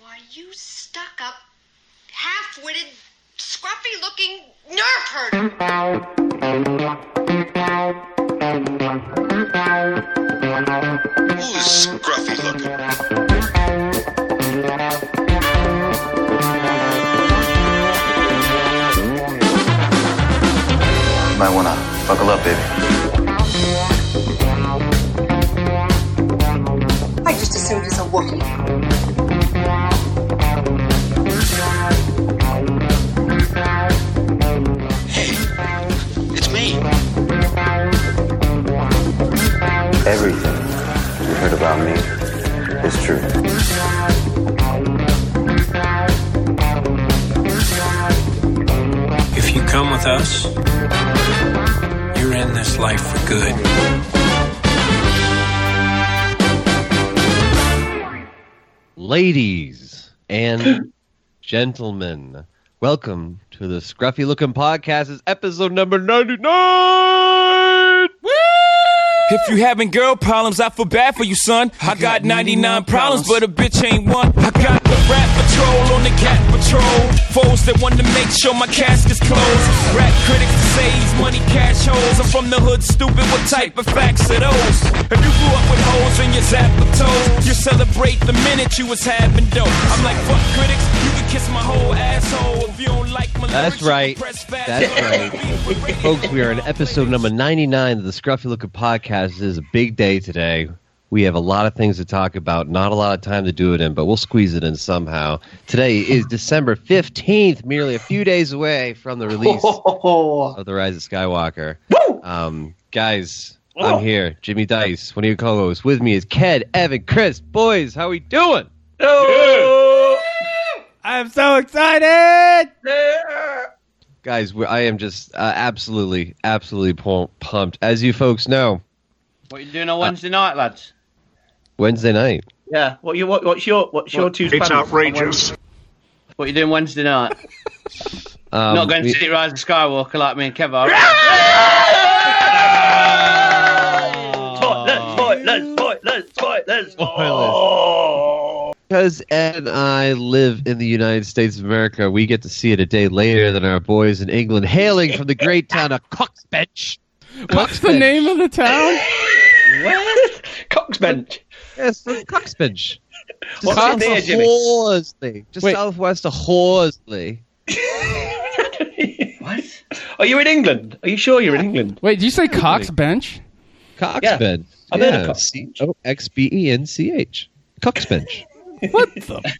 Why, you stuck up, half witted, scruffy looking nerve herder. Who's scruffy looking? You might want to buckle up, baby. I just assumed it's a Wookiee. It's me. Everything you heard about me is true. If you come with us, you're in this life for good. Ladies and gentlemen, welcome to the Scruffy Looking Podcast. It's episode number 99. If you having girl problems, I feel bad for you, son. I got 99 problems, but a bitch ain't one. I got the rat patrol on the cat patrol. Foes that want to make sure my cask is closed. Rap critics to say he's money cash holes. I'm from the hood, stupid. What type of facts are those? If you grew up with holes in your zap of toes, you celebrate the minute you was having dope. I'm like, fuck critics, you can kiss my whole asshole. If you don't like my That's lyrics, you can right. press fast That's forward. Folks, we are in episode number 99 of the Scruffy Looking Podcast. It is a big day today. We have a lot of things to talk about, not a lot of time to do it in, but we'll squeeze it in somehow. Today is December 15th, merely a few days away from the release of The Rise of Skywalker. Um, guys, I'm here, Jimmy Dice, one of your co hosts. With me is Ked, Evan, Chris. Boys, how we doing? I'm so excited! Guys, we- I am just uh, absolutely, absolutely pu- pumped. As you folks know, What you doing on Wednesday night, lads? Wednesday night. Yeah. What you what, what's your what's your two? It's outrageous. What you doing Wednesday night? Um, Not going to we- see Rise of Skywalker like me and Kev are. Spoilers! Spoilers! Spoilers! Because Ed and I live in the United States of America, we get to see it a day later than our boys in England, hailing from the great town of Coxbench. What's the name of the town? What? Coxbench. Yes, from Coxbench. Just What's south it near, of Jimmy? Horsley. Just Wait. southwest of Horsley. What? Are you in England? Are you sure you're in England? Wait, did you say Cox Bench? Coxbench. I've heard of yeah. Coxbench. E C-O-X-B-E-N-C-H. Coxbench. What the?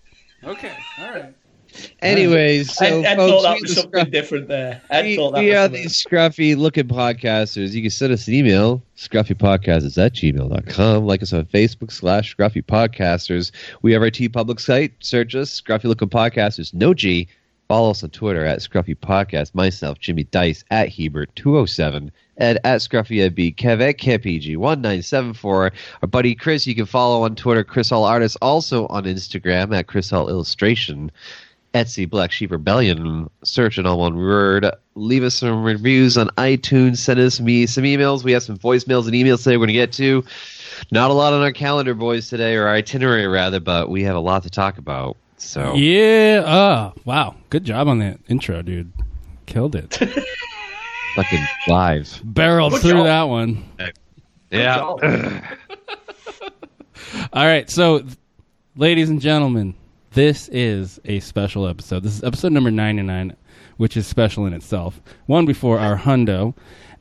Okay, all right. Anyways, so Ed, Ed folks, thought that we was the something Scruff- different there. Ed oh, we, thought that we was are something. these scruffy looking podcasters. You can send us an email, scruffypodcasters at gmail.com. Like us on Facebook slash scruffy podcasters. We have our T public site. Search us, scruffy looking podcasters, no G. Follow us on Twitter at Scruffy Podcast, myself, Jimmy Dice at Hebert207, Ed at Scruffy Ed B, Kev at KPG1974, our buddy Chris, you can follow on Twitter, Chris All Artists, also on Instagram at Chris All Illustration. Etsy Black Sheep Rebellion. Search in all one word. Leave us some reviews on iTunes. Send us me some emails. We have some voicemails and emails today we're going to get to. Not a lot on our calendar, boys, today, or our itinerary, rather, but we have a lot to talk about. So, Yeah, uh, wow. Good job on that intro, dude. Killed it. fucking live. Barreled through job. that one. Yeah. All right, so, th- ladies and gentlemen, this is a special episode. This is episode number 99, which is special in itself. One before our hundo.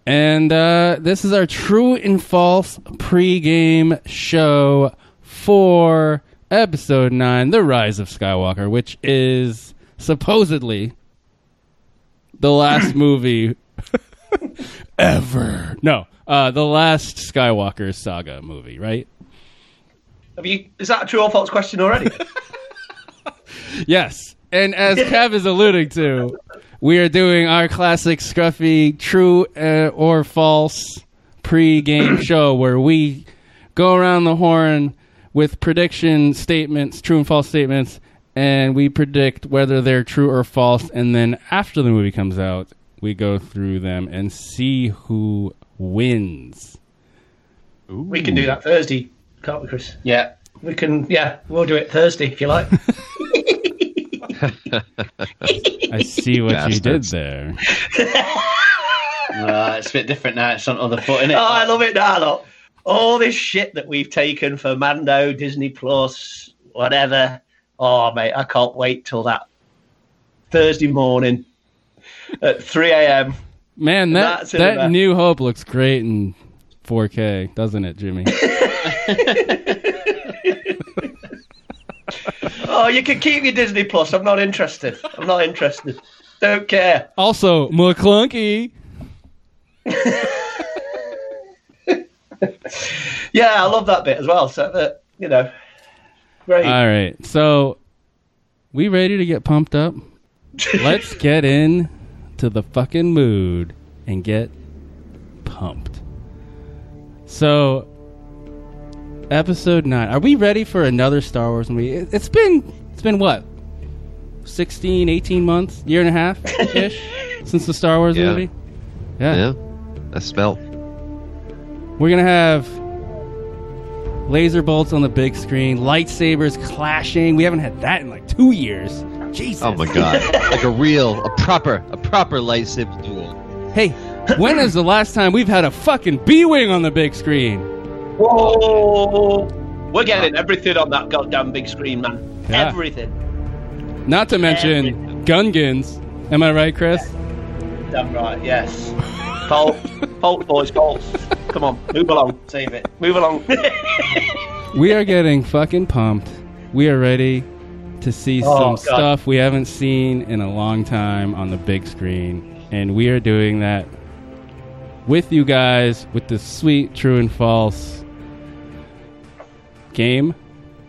And uh, this is our true and false pregame show for episode 9, The Rise of Skywalker, which is supposedly the last movie ever. No, uh, the last Skywalker saga movie, right? Have you, is that a true or false question already? Mm. Yes. And as Kev is alluding to, we are doing our classic scruffy true uh, or false pre-game show where we go around the horn with prediction statements, true and false statements, and we predict whether they're true or false. And then after the movie comes out, we go through them and see who wins. We can do that Thursday, can't we, Chris? yeah. We can, yeah, we'll do it Thursday if you like. I see what you did Bastards. there. Uh, it's a bit different now. It's on other foot, isn't it? Oh, I love it now, look. All this shit that we've taken for Mando, Disney Plus, whatever. Oh, mate, I can't wait till that Thursday morning at 3 a.m. Man, that That's it, that man. New Hope looks great in 4K, doesn't it, Jimmy? Oh, you can keep your Disney Plus. I'm not interested. I'm not interested. Don't care. also, McClunky. Yeah, I love that bit as well. So that you know, great. All right, so we ready to get pumped up? Let's get in to the fucking mood and get pumped. So, episode nine. Are we ready for another Star Wars movie? It- It's been it's been what 16, 18 months, year and a half ish since the Star Wars Yeah. movie. Yeah. I smell. We're gonna have laser bolts on the big screen, lightsabers clashing. We haven't had that in like two years. Jesus. Oh my god. like a real, a proper, a proper lightsaber duel. Hey, when is the last time we've had a fucking B wing on the big screen? Whoa, we're getting everything on that goddamn big screen, man. Yeah. Everything. Not to mention Gungans. Am I right, Chris? Damn right. Yes. Colt, Colt, boys, Colt. Come on, move along. Save it. Move along. We are getting fucking pumped. We are ready to see Oh, some God. stuff we haven't seen in a long time on the big screen. And we are doing that with you guys with the sweet true and false game,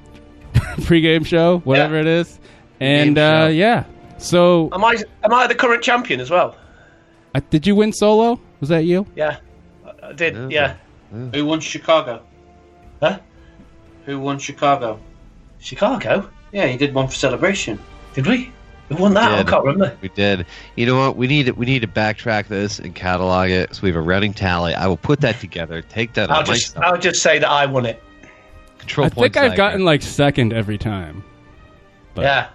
pregame show, whatever Yeah. Um, it is. And Game uh, show. yeah. So, am I? Am I the current champion as well? uh, did you win solo? Was that you? Yeah, I- I did. Yeah. Who won Chicago? Huh? Who won Chicago? Chicago. Yeah, he did Oh. one for celebration. Did we? Who won that? I Did. can't Oh, remember. We did. You know what? We need to, we need to backtrack this and catalog it so we have a running tally. I will put that together. Take that I'll on just, myself. I'll just say that I won it. Control I think points I've like gotten that. like second every time. But- Yeah.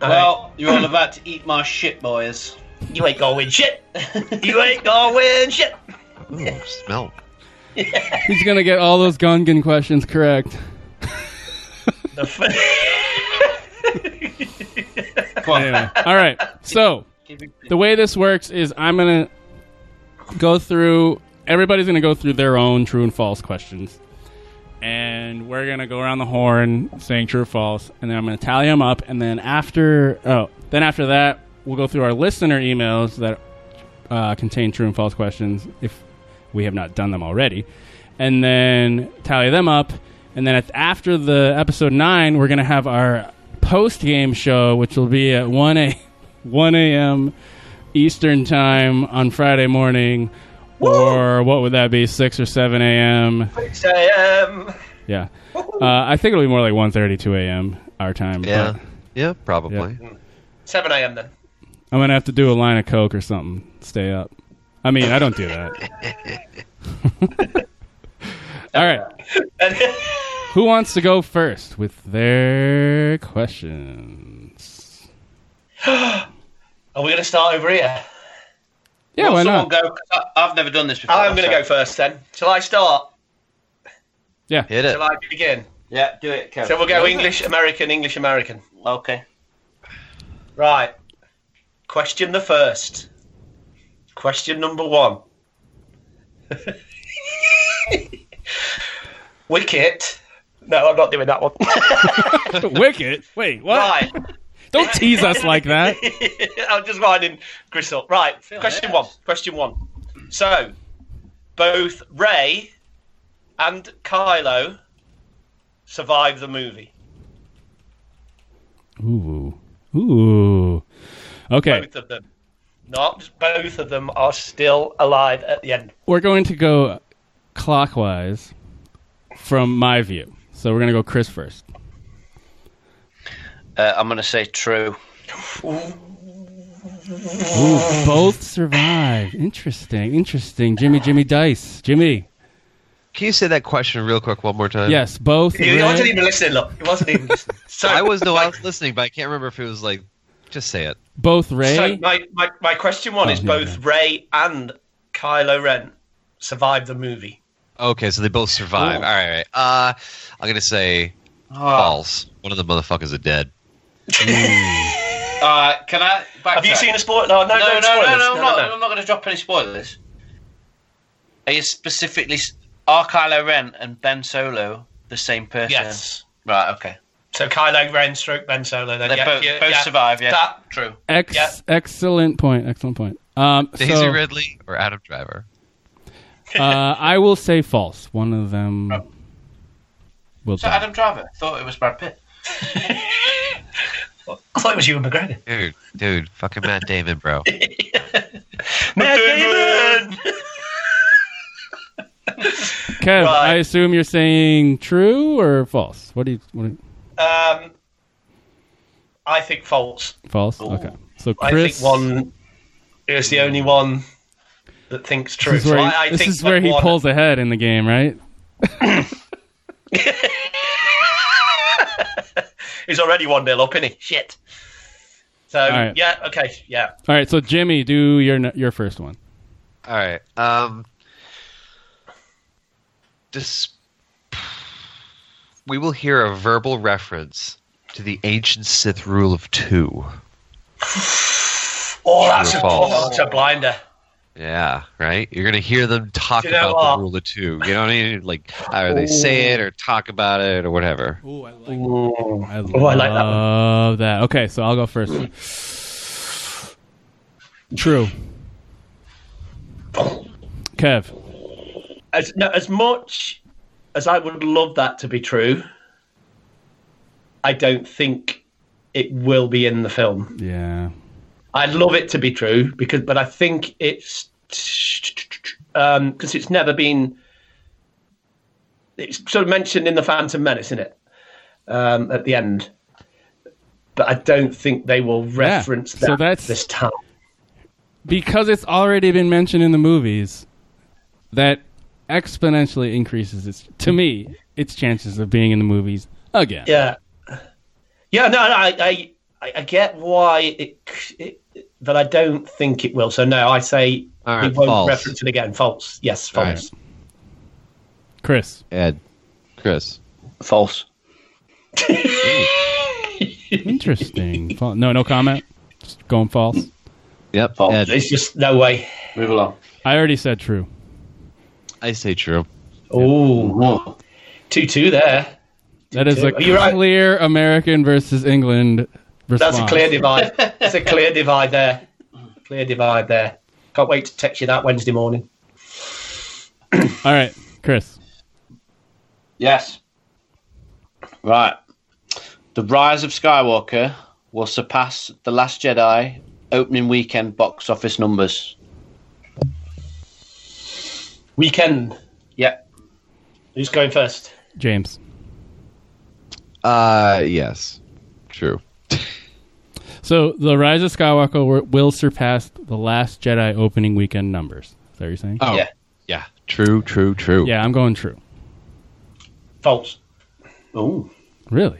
Well, Well, you're all about to eat my shit, boys. you ain't going shit. You ain't going shit. Ooh, smell. He's gonna get all those Gungan questions correct. The f- Come on. Anyway, all right. So Give me- the way this works is I'm gonna go through. Everybody's gonna go through their own true and false questions, and we're gonna go around the horn saying true or false, and then I'm gonna tally them up, and then after oh, then after that we'll go through our listener emails that uh, contain true and false questions if we have not done them already, and then tally them up. And then at, after the episode nine, we're gonna have our post game show, which will be at one a one a.m. Eastern time on Friday morning, or what would that be, six or seven a.m. Say, um, Yeah, uh, I think it'll be more like 1.30, 2 a.m. our time. Yeah. but Yeah, probably. 7 a.m. then. I'm gonna have to do a line of coke or something. Stay up. I mean, I don't do that. All right. Who wants to go first with their questions? Are we going to start over here? Yeah, Well, why someone not? go, 'cause I- I've never done this before. uh, I'm going to so- go first then. Shall I start? yeah. Hit it. Shall I begin? Yeah, do it, Kev. So we'll go English, American, English, American. Okay. Right. Question the first. Question number one. Wicket. No, I'm not doing that one. Wicket. Wait, what? right. Don't tease us like that. I'm just winding Chris up. Right. Question one. yes. Question one. So, both Ray and Kylo survive the movie. Ooh. Ooh. Okay. Both of them. Not both of them are still alive at the end. We're going to go clockwise from my view. So we're going to go Chris first. Uh, I'm going to say true. Ooh, both survive. Interesting. Interesting. Jimmy, Jimmy Dice. Jimmy. Can you say that question real quick one more time? Yes, both. He red- wasn't even listening, look. He wasn't even listening. So, I was no, I my, was listening, but I can't remember if it was like, just say it. both so Ray. my, my, my question one Oh, is yeah, both Ray and Kylo Ren survived the movie. Okay, so they both survive. All right, all right. Uh, I'm gonna say Oh. Uh. false. One of the motherfuckers are dead. Uh, can I? Backtrack? Have you seen a spoiler? No, no, No, no, no, no, no, spoilers. I'm not. I'm not going to drop any spoilers. Are you specifically s- are Kylo Ren and Ben Solo the same person? Yes. Right. Okay. So Kylo Ren stroke Ben Solo. Then They yeah, both, yeah, both yeah. survive. Yeah. That- True. Ex- yeah. Excellent point. Excellent point. Um, Daisy so, Ridley or Adam Driver? uh, I will say false. One of them Oh. will So die. Adam Driver thought it was Brad Pitt. I thought it was Ewan McGregor. Dude, dude, fucking Matt Damon, bro. Matt Damon! Kev, Right. I assume you're saying true or false. What do you? What do you- Um, I think false. false. Okay. So I Chris, think one is the only one that thinks true. this is where, so he, I, I this think is where he one- pulls ahead in the game, right? He's already one nil up, isn't he? Shit. So right. yeah, okay, yeah. All right. So Jimmy, do your n- your first one. All right. Um, this, we will hear a verbal reference to the ancient Sith rule of two. Oh, that's True a, or false? oh, that's a blinder. Yeah, right. You're gonna hear them talk You know about what? the rule of two. You know what I mean? Like either they say it or talk about it or whatever. Oh, I like. Ooh. I love Oh, I like that one. that. Okay, so I'll go first. True. Oh. Kev. As, no, as much as I would love that to be true, I don't think it will be in the film. Yeah. I'd love it to be true because, but I think it's because it's never been. It's sort of mentioned in the Phantom Menace, isn't it? Um, at the end, but I don't think they will reference so that that's- this time. Because it's already been mentioned in the movies, that exponentially increases its to me its chances of being in the movies again. Yeah, yeah. No, no I, I, I- I get why it, it, but I don't think it will. So no, I say All right, it won't false. reference it again. False. Yes, All right. false. Chris. Ed, Chris. False. Interesting. Fal- no, no comment. Just going false. Yep. False. Ed, There's just no way. Move along. I already said true. I say true. Oh, two two there. That is a You're right. clear American versus England response. That's a clear divide. That's a clear divide there. Clear divide there. Can't wait to text you that Wednesday morning. All right, Chris. Yes. Right. The Rise of Skywalker will surpass The Last Jedi opening weekend box office numbers. Weekend. Yep. Who's going first? James. Uh, yes, true. So the Rise of Skywalker wi- will surpass the Last Jedi opening weekend numbers. Is that what you're saying? Oh, Yeah. yeah, true, true, true. Yeah, I'm going true. False. Oh, Really?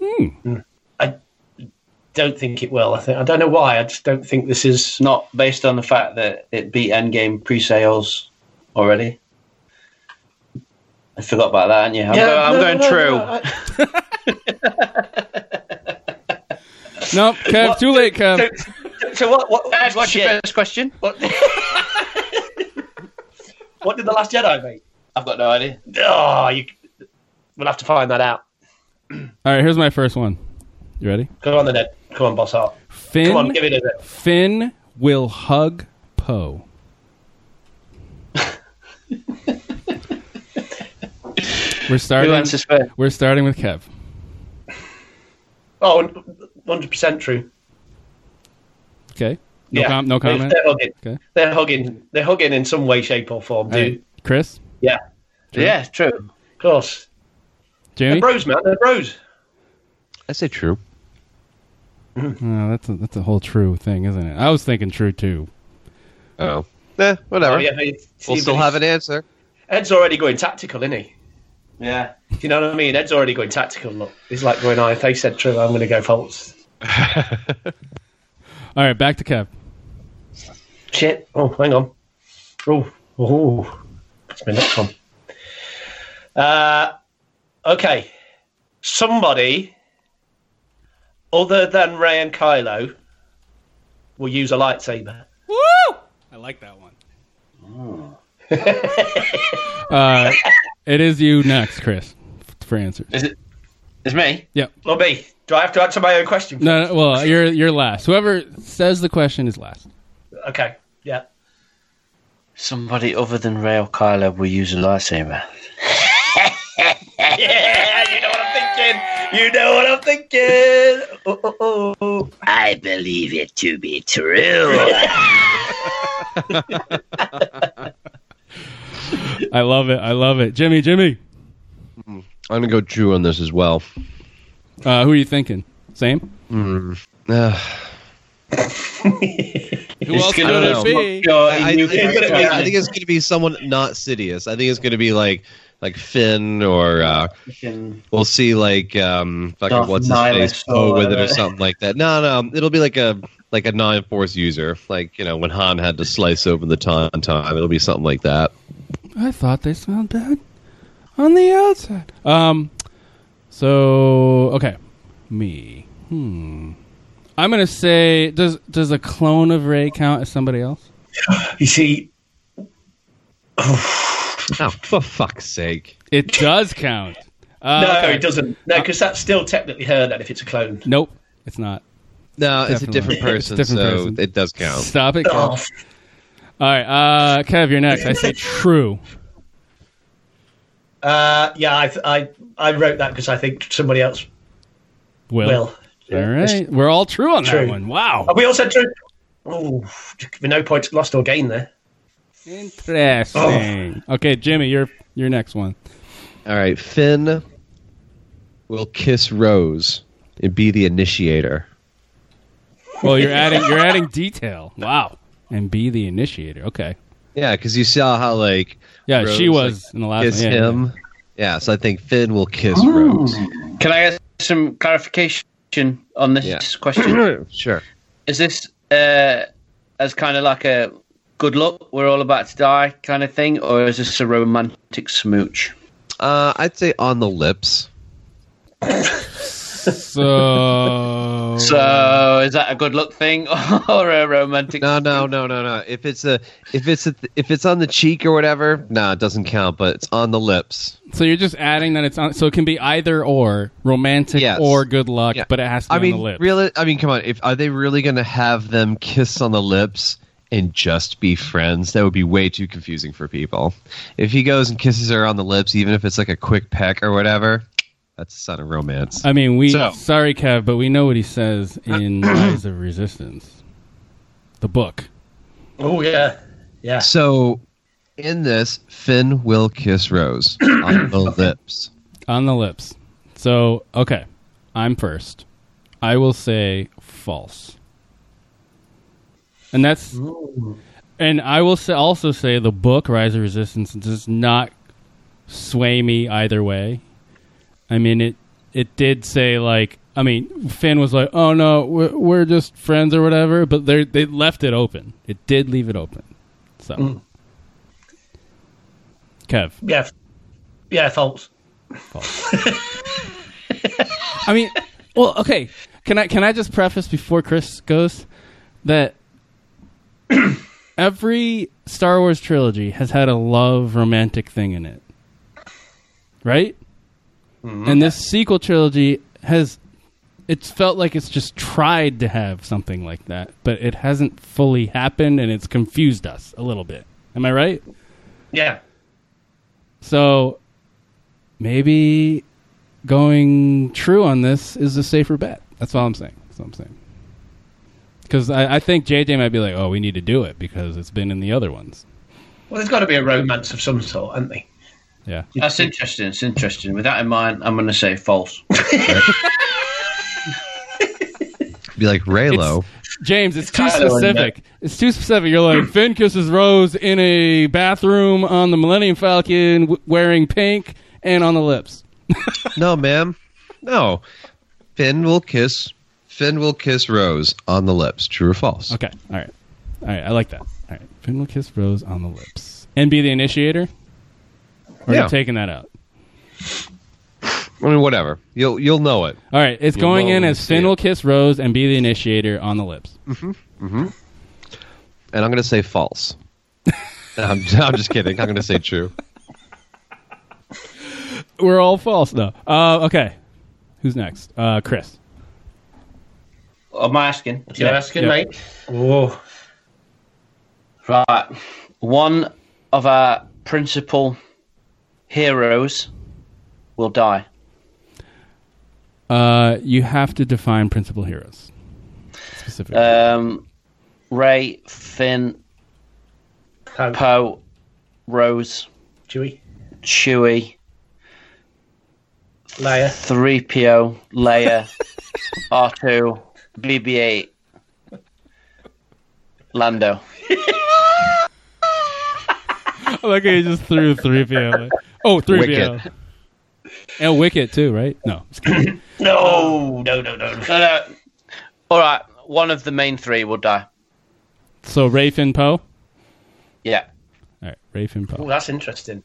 Hmm. don't think it will. I think I don't know why. I just don't think this is. Not based on the fact that it beat Endgame pre sales already. I forgot about that, hadn't you? I'm going, I'm no, going no, no, true. no, I- Nope, Kev. Too late, Kev. so what? What? Ed, what's your shit. first question? what, what did the Last Jedi make? I've got no idea. Oh, you. We'll have to find that out. All right, here's my first one. You ready? Come on, then, Ed. Come on, boss Hart. Finn. Come on, give it a bit. Finn will hug Poe. we're Who starting. answers first? We're starting with Kev. Oh, 100% true. Okay. No, Yeah. com- no They're- comment. They're hugging. Okay. They're hugging. They're hugging in some way, shape, or form, All dude. right. Chris. Yeah, Yeah, true. of course. They're Jamie. bros, man. They're bros. I say true. Oh, that's a, that's a whole true thing, isn't it? I was thinking true too. Oh, eh, whatever. Oh, yeah, hey, We'll Steve, still have an answer. Ed's already going tactical, isn't he? Yeah. Do you know what I mean? Ed's already going tactical. Look, he's like going, "Oh, if they said true, I'm going to go false." All right, back to Kev. Shit. Oh, hang on. Oh, oh, that's my next one. Uh, okay. Somebody other than Ray and Kylo will use a lightsaber. Woo! I like that one. uh, it is you next, Chris, f- for answers. Is it? It's me. Or me? Do I have to answer my own question? No, no, well, you're you're last. Whoever says the question is last. Okay. Yeah. Somebody other than Rail Kylo will use a lightsaber. Yeah, you know what I'm thinking. You know what I'm thinking. Oh, oh, oh, oh. I believe it to be true. I love it. I love it. Jimmy, Jimmy, I'm gonna go Drew on this as well. uh, who are you thinking? Same. Uh, Who else gonna could it know. be? Your I, I new think it's character. gonna be- I think it's gonna be someone not Sidious. I think it's gonna be like like Finn or uh, we'll see like um fucking Darth what's his Nihilus face or Poe with it whatever. or something like that. No, no, it'll be like a like a non-force user, like you know when Han had to slice open the tauntaun. It'll be something like that. I thought they smelled bad on the outside. Um. So okay, me. Hmm. I'm gonna say does does a clone of Ray count as somebody else? You see, Oh, for fuck's sake! It does count. Uh, no, okay. it doesn't. No, because that's still technically her. Then, if it's a clone. Nope, it's not. No, it's a Definitely. different It's a person, different so person. it does count. Stop it, Oh, Kev. All right, uh, Kev, you're next. I say true. Uh, yeah, I, I, I wrote that because I think somebody else Will. will. All right, we're all true on that True. one. Wow. Have we all said true? Oh, no points lost or gained there. Interesting. Oh. Okay, Jimmy, your your next one. All right, Finn will kiss Rose and be the initiator. Well, you're adding you're adding detail. Wow. And be the initiator. Okay. Yeah, because you saw how like Yeah, Rose, she was like, in the last kiss one. Yeah, him. Yeah. so I think Finn will kiss Rose. Can I get some clarification on this Yeah. question? Sure. Is this uh, as kind of like a good luck, we're all about to die kind of thing, or is this a romantic smooch? Uh, I'd say on the lips. So So is that a good luck thing or a romantic? No, no, no, no, no. If it's a, if it's a, if it's on the cheek or whatever, no, nah, it doesn't count. But it's on the lips. so you're just adding that it's on so it can be either or romantic Yes. or good luck, Yeah. but it has to be I on the mean, lip. really. I mean, come on. If are they really gonna have them kiss on the lips and just be friends? That would be way too confusing for people. If he goes and kisses her on the lips, even if it's like a quick peck or whatever, that's a sign of romance. I mean, we So- sorry, Kev, but we know what he says in Rise of Resistance, the book. Oh yeah, yeah. So, in this, Finn will kiss Rose on the lips. On the lips. So, okay. I'm first. I will say false. And that's. And I will say, also say the book, Rise of Resistance, does not sway me either way. I mean, it it did say, like, I mean, Finn was like, oh no, we're, we're just friends or whatever, but they they left it open. It did leave it open. So. Kev. Yeah, f- yeah, false. I mean, well, okay. Can I can I just preface before Chris goes that every Star Wars trilogy has had a love romantic thing in it, right? And this sequel trilogy has it's felt like it's just tried to have something like that, but it hasn't fully happened, and it's confused us a little bit. Am I right? Yeah, So maybe going true on this is a safer bet. That's all I'm saying. That's all I'm saying. Because I, I think JJ might be like, oh, we need to do it because it's been in the other ones. well, there's got to be a romance of some sort, hasn't there? Yeah. That's interesting. It's interesting. With that in mind, I'm going to say false. Be like Raylo. James, it's too Kinda like specific. It's too specific. You're like Finn kisses Rose in a bathroom on the Millennium Falcon, w- wearing pink and on the lips. No, ma'am. No. Finn will kiss. Finn will kiss Rose on the lips. True or false? Okay, all right, all right. I like that. All right, Finn will kiss Rose on the lips and be the initiator. Or Yeah. you're taking that out. I mean, whatever. You'll you'll know it. All right, it's You going in won't as see Finn it. will kiss Rose and be the initiator on the lips. And I'm gonna say false. I'm, I'm just kidding. I'm gonna say true. We're all false though. Uh, okay, who's next? Uh, Chris. I'm asking. You're asking, yeah. mate. Oh, Right. One of our principal heroes will die. Uh, you have to define principal heroes specifically. Um, Ray, Finn, Poe, Poe, Rose, Chewie, Chewie, Leia, 3PO, Leia, R2, BB 8, Lando. I like how you just threw three PO. Like, oh, three PO. Wicket. And Wicket too, right? No. just kidding. No, no, no, no. No, no. Uh, All right. One of the main three will die. So Ray Finn Poe. All Yeah. right, Ray Finn Oh, Poe. that's interesting.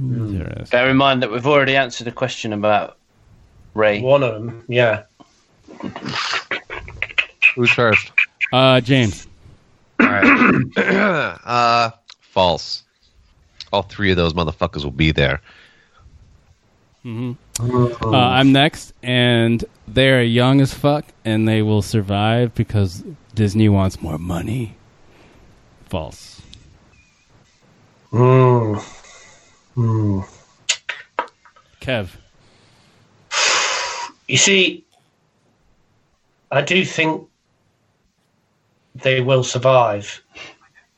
Interesting. Bear in mind that we've already answered a question about Ray. One of them, yeah. Who's first? Uh, James. Uh, false. All three of those motherfuckers will be there. Uh, I'm next, and they are young as fuck, and they will survive because Disney wants more money. False. Mm. Hmm. Kev. You see, I do think they will survive,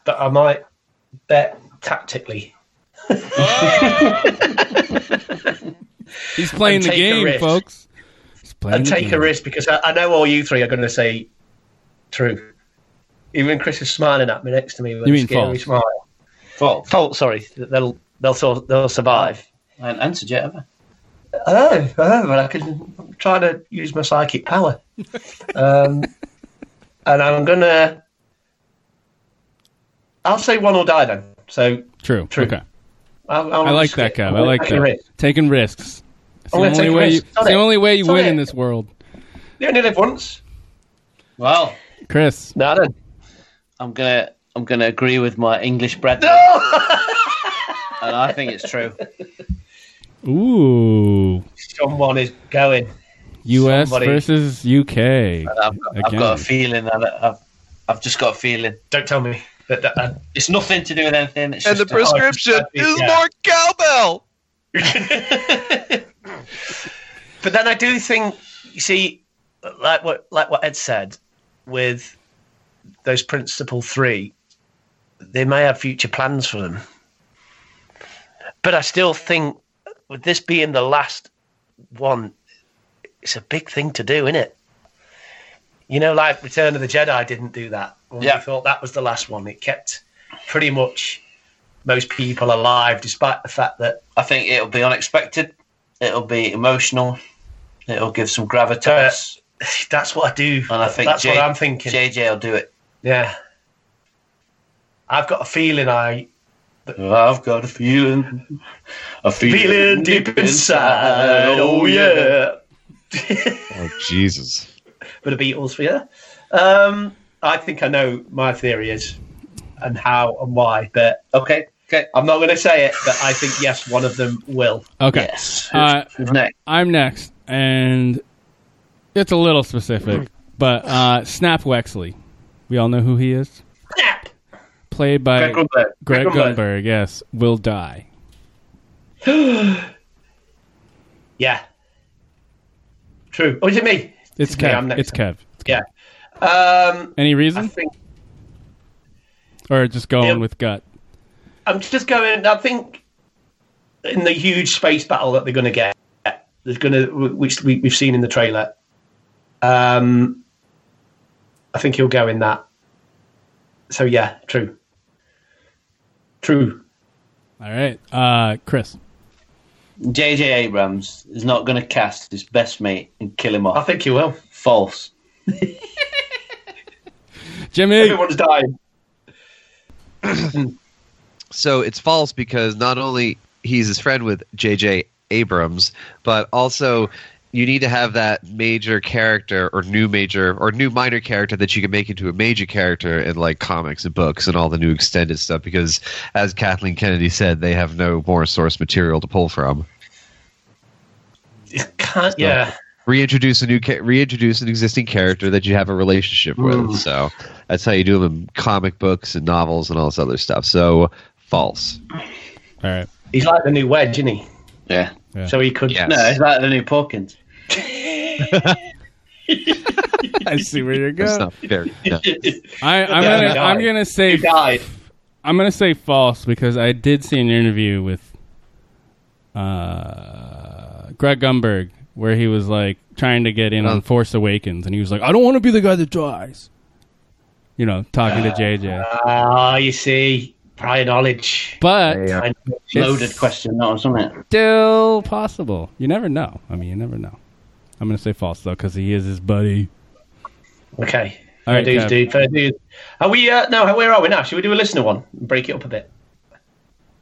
but I might bet tactically. He's playing And the take a game, risk. folks. He's playing and the take a game. risk because I, I know all you three are going to say true. Even Chris is smiling at me next to me with You a mean scary false. smile. False. Fault, sorry. They'll they'll sor- they'll survive. I haven't answered yet, have I? I know, I know, but I can I'm trying to use my psychic power. um, and I'm gonna. I'll say one will die then. So True. True. Okay. I'll, I'll I like risk that, it. Kev. I'm I gonna like take a that. risk. Taking risks. It's the I'm gonna only take a way you, risk. it's the Done it. only way you Done win it. in this world. You only live once. Well, Chris. No, then. I'm gonna I'm gonna agree with my English brethren, and I think it's true. Ooh. Someone is going. US Somebody- Uh, versus UK. I've, Um, I've Again. got a feeling that I- I've I've just got a feeling. Don't tell me. But that, uh, It's nothing to do with anything. It's And the just a- prescription is Yeah. more cowbell. but then I do think you see, like what like what Ed said, with those principal three, they may have future plans for them. But I still think with this being the last one, it's a big thing to do, isn't it? You know, like Return of the Jedi didn't do that. When Yeah. We thought that was the last one. It kept pretty much most people alive, despite the fact that I think it'll be unexpected. It'll be emotional. It'll give some gravitas, That's what I do. and I think that's J- what I'm thinking. JJ will do it. yeah, I've got a feeling. I I've got a feeling, a feeling deep inside. Oh yeah, Oh Jesus! but the Beatles for you. Um, I think I know my theory is and how and why. But okay, okay, I'm not going to say it. But I think yes, one of them will. Okay. Yes. Uh, Who's next? I'm next, and it's a little specific, but uh, Snap Wexley. We all know who he is. Snap. Played by Greg Grunberg. Greg Greg Grunberg. Grunberg, yes, will die. Yeah. True. Oh, is it me? It's Okay, I'm Kev. next. It's Kev. Yeah. Um, Any I reason? think Or just Yep. going with gut? I'm just going. I think in the huge space battle that they're going to get, there's going to which we, we've seen in the trailer. Um, I think he'll go in that. So yeah, true. True. All right, uh, Chris. J.J. Abrams is not going to cast his best mate and kill him I off. think he will. False. Jimmy. Everyone's dying. So it's false because not only he's his friend with J.J. Abrams, but also you need to have that major character or new major or new minor character that you can make into a major character in like comics and books and all the new extended stuff because as Kathleen Kennedy said, they have no more source material to pull from. Can't, yeah. Reintroduce a new ca- reintroduce an existing character that you have a relationship with. So that's how you do them in comic books and novels and all this other stuff. So false. All right. He's like the new wedge, isn't he? Yeah. So he could. Yes. No, it's like the new Porkins. I see where you're That's going. not fair. No. I, I'm Yeah, gonna he I'm died. gonna He say died. I'm gonna say false because I did see an interview with uh, Greg Gumberg where he was like trying to get in on Oh. Force Awakens, and he was like, "I don't want to be the guy that dies." You know, talking to JJ, Ah, you see, prior knowledge. but I know. Loaded question, that was, wasn't it? still possible. You never know. I mean, you never know. I'm gonna say false though because he is his buddy. Okay. All right, fair dues, Kev. dude. Fair dues. Are we? Uh, no. Where are we now? Should we do a listener one? and Break it up a bit.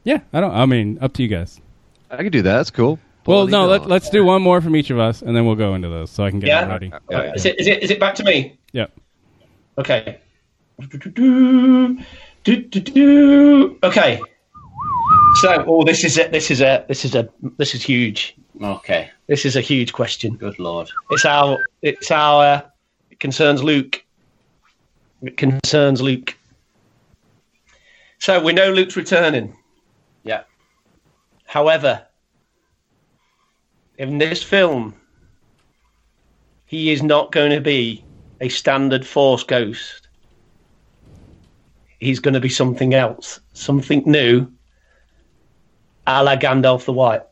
Yeah, I don't. I mean, up to you guys. I can do that. That's cool. Pull Well, an no, email let, on. let's do one more from each of us, and then we'll go into those so I can get Yeah? it ready. Oh, Yeah, Is it? Is it? Is it back to me? Yeah. Okay. Do-do-do. Do-do-do. Okay. So, oh, this is it. This is a. This is a. This is huge. Okay. This is a huge question. Good lord. It's our. It's our. It concerns Luke. It concerns Luke. So we know Luke's returning. Yeah. However, in this film, he is not going to be a standard Force ghost. He's going to be something else, something new, a la Gandalf the White.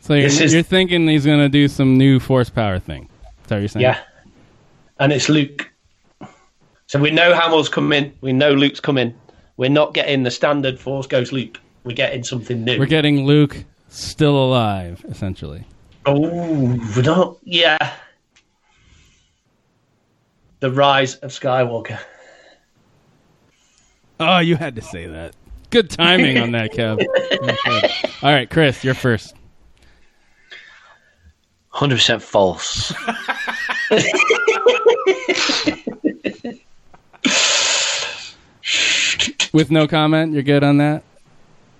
So you're, This is- you're thinking he's going to do some new force power thing. Is that what you're saying? Yeah. And it's Luke. So we know Hamill's come in. We know Luke's come in. We're not getting the standard Force Ghost Luke. We're getting something new. We're getting Luke still alive, essentially. Oh, we don't. Yeah. The Rise of Skywalker. Oh, you had to say that. Good timing on that, Kev. Okay. All right, Chris, you're first. 100% false. With no comment, you're good on that?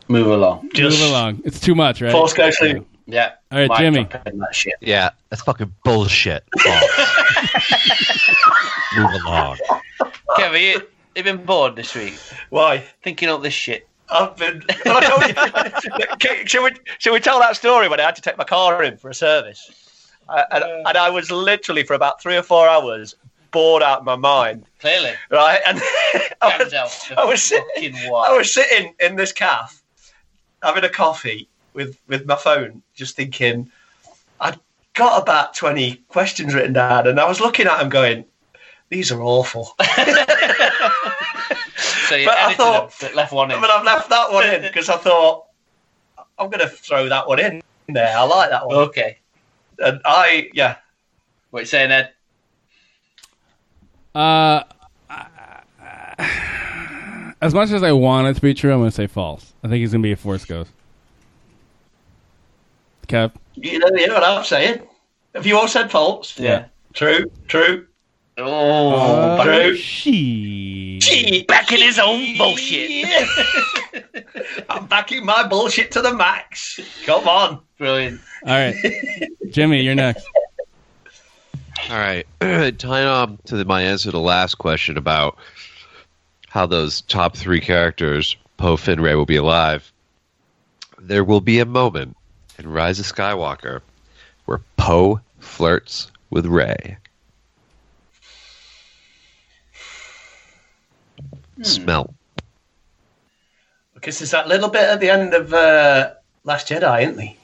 Move along. Just Move along. It's too much, right? Force Ghost Luke. Yeah. All right, Mike, Jimmy. stop doing that shit. Yeah, that's fucking bullshit. Move along. Kevin, you, you been bored this week? Why? Thinking up this shit. I've been. Well, I told you. Okay, shall, we, shall we tell that story when I had to take my car in for a service? I, and, and I was literally for about three or four hours bored out of my mind, Clearly. right? And I was, Gandalf the I was sit- fucking I what? was sitting in this calf having a coffee with, with my phone, just thinking, I'd got about 20 questions written down, and I was looking at them going, these are awful. So you but I edited thought- them, but left one in. but I've left that one in because I thought, I'm going to throw that one in there. I like that one. Okay. And I, yeah, What you saying, Ed? Uh, as much as I want it to be true, I'm going to say false. I think he's going to be a force ghost. Kev? you know, you know what I'm saying. Have you all said false? Yeah. True, true. Oh, back- Uh, Drew. she. back in his own bullshit. I'm backing my bullshit to the max. Come on. Brilliant. All right. Jimmy, you're next. All right, tying on to the, my answer to the last question about how those top three characters, Poe, Finn, Ray, will be alive. There will be a moment in Rise of Skywalker where Poe flirts with Ray. Smell. Because there's that little bit at the end of uh, Last Jedi, isn't he?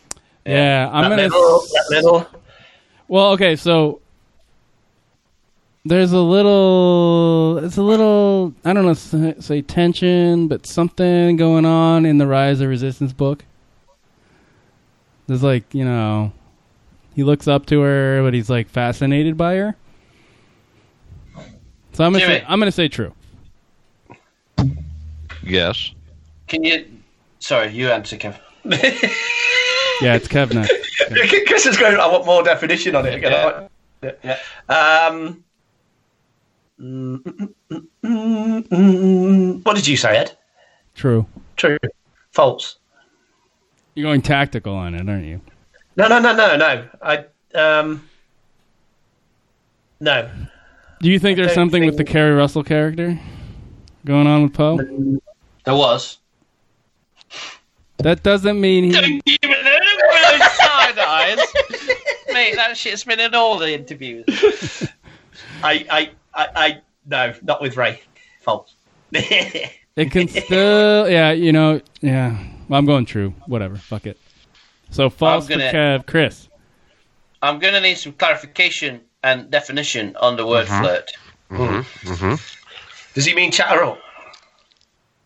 Yeah, I'm That gonna. little, that little. Well, okay, so there's a little, it's a little, I don't know, say- say tension, but something going on in the Rise of Resistance book. There's like, you know, he looks up to her, but he's like fascinated by her. So I'm gonna, say, Jimmy. I'm gonna say true. Yes. Can you? Sorry, you answer, Kev. Yeah, it's Kevna. Chris is going. I want more definition on it again. I want- Yeah. Um, mm, mm, mm, mm, mm. what did you say, Ed? True. True, false. You're going tactical on it, aren't you? No, no, no, no, no. I um, no, Do you think there's don't something with the think- Carrie Russell character going on with Poe? There was. That doesn't mean he. Give it those side eyes, mate. That shit's been in all the interviews. I, I, I, I no, not with Ray. False. It can still, yeah, you know, yeah. Well, I'm going true. Whatever, fuck it. So false gonna- for Kev, Chris. I'm gonna need some clarification and definition on the word Mm-hmm. flirt. Does he mean chatter up?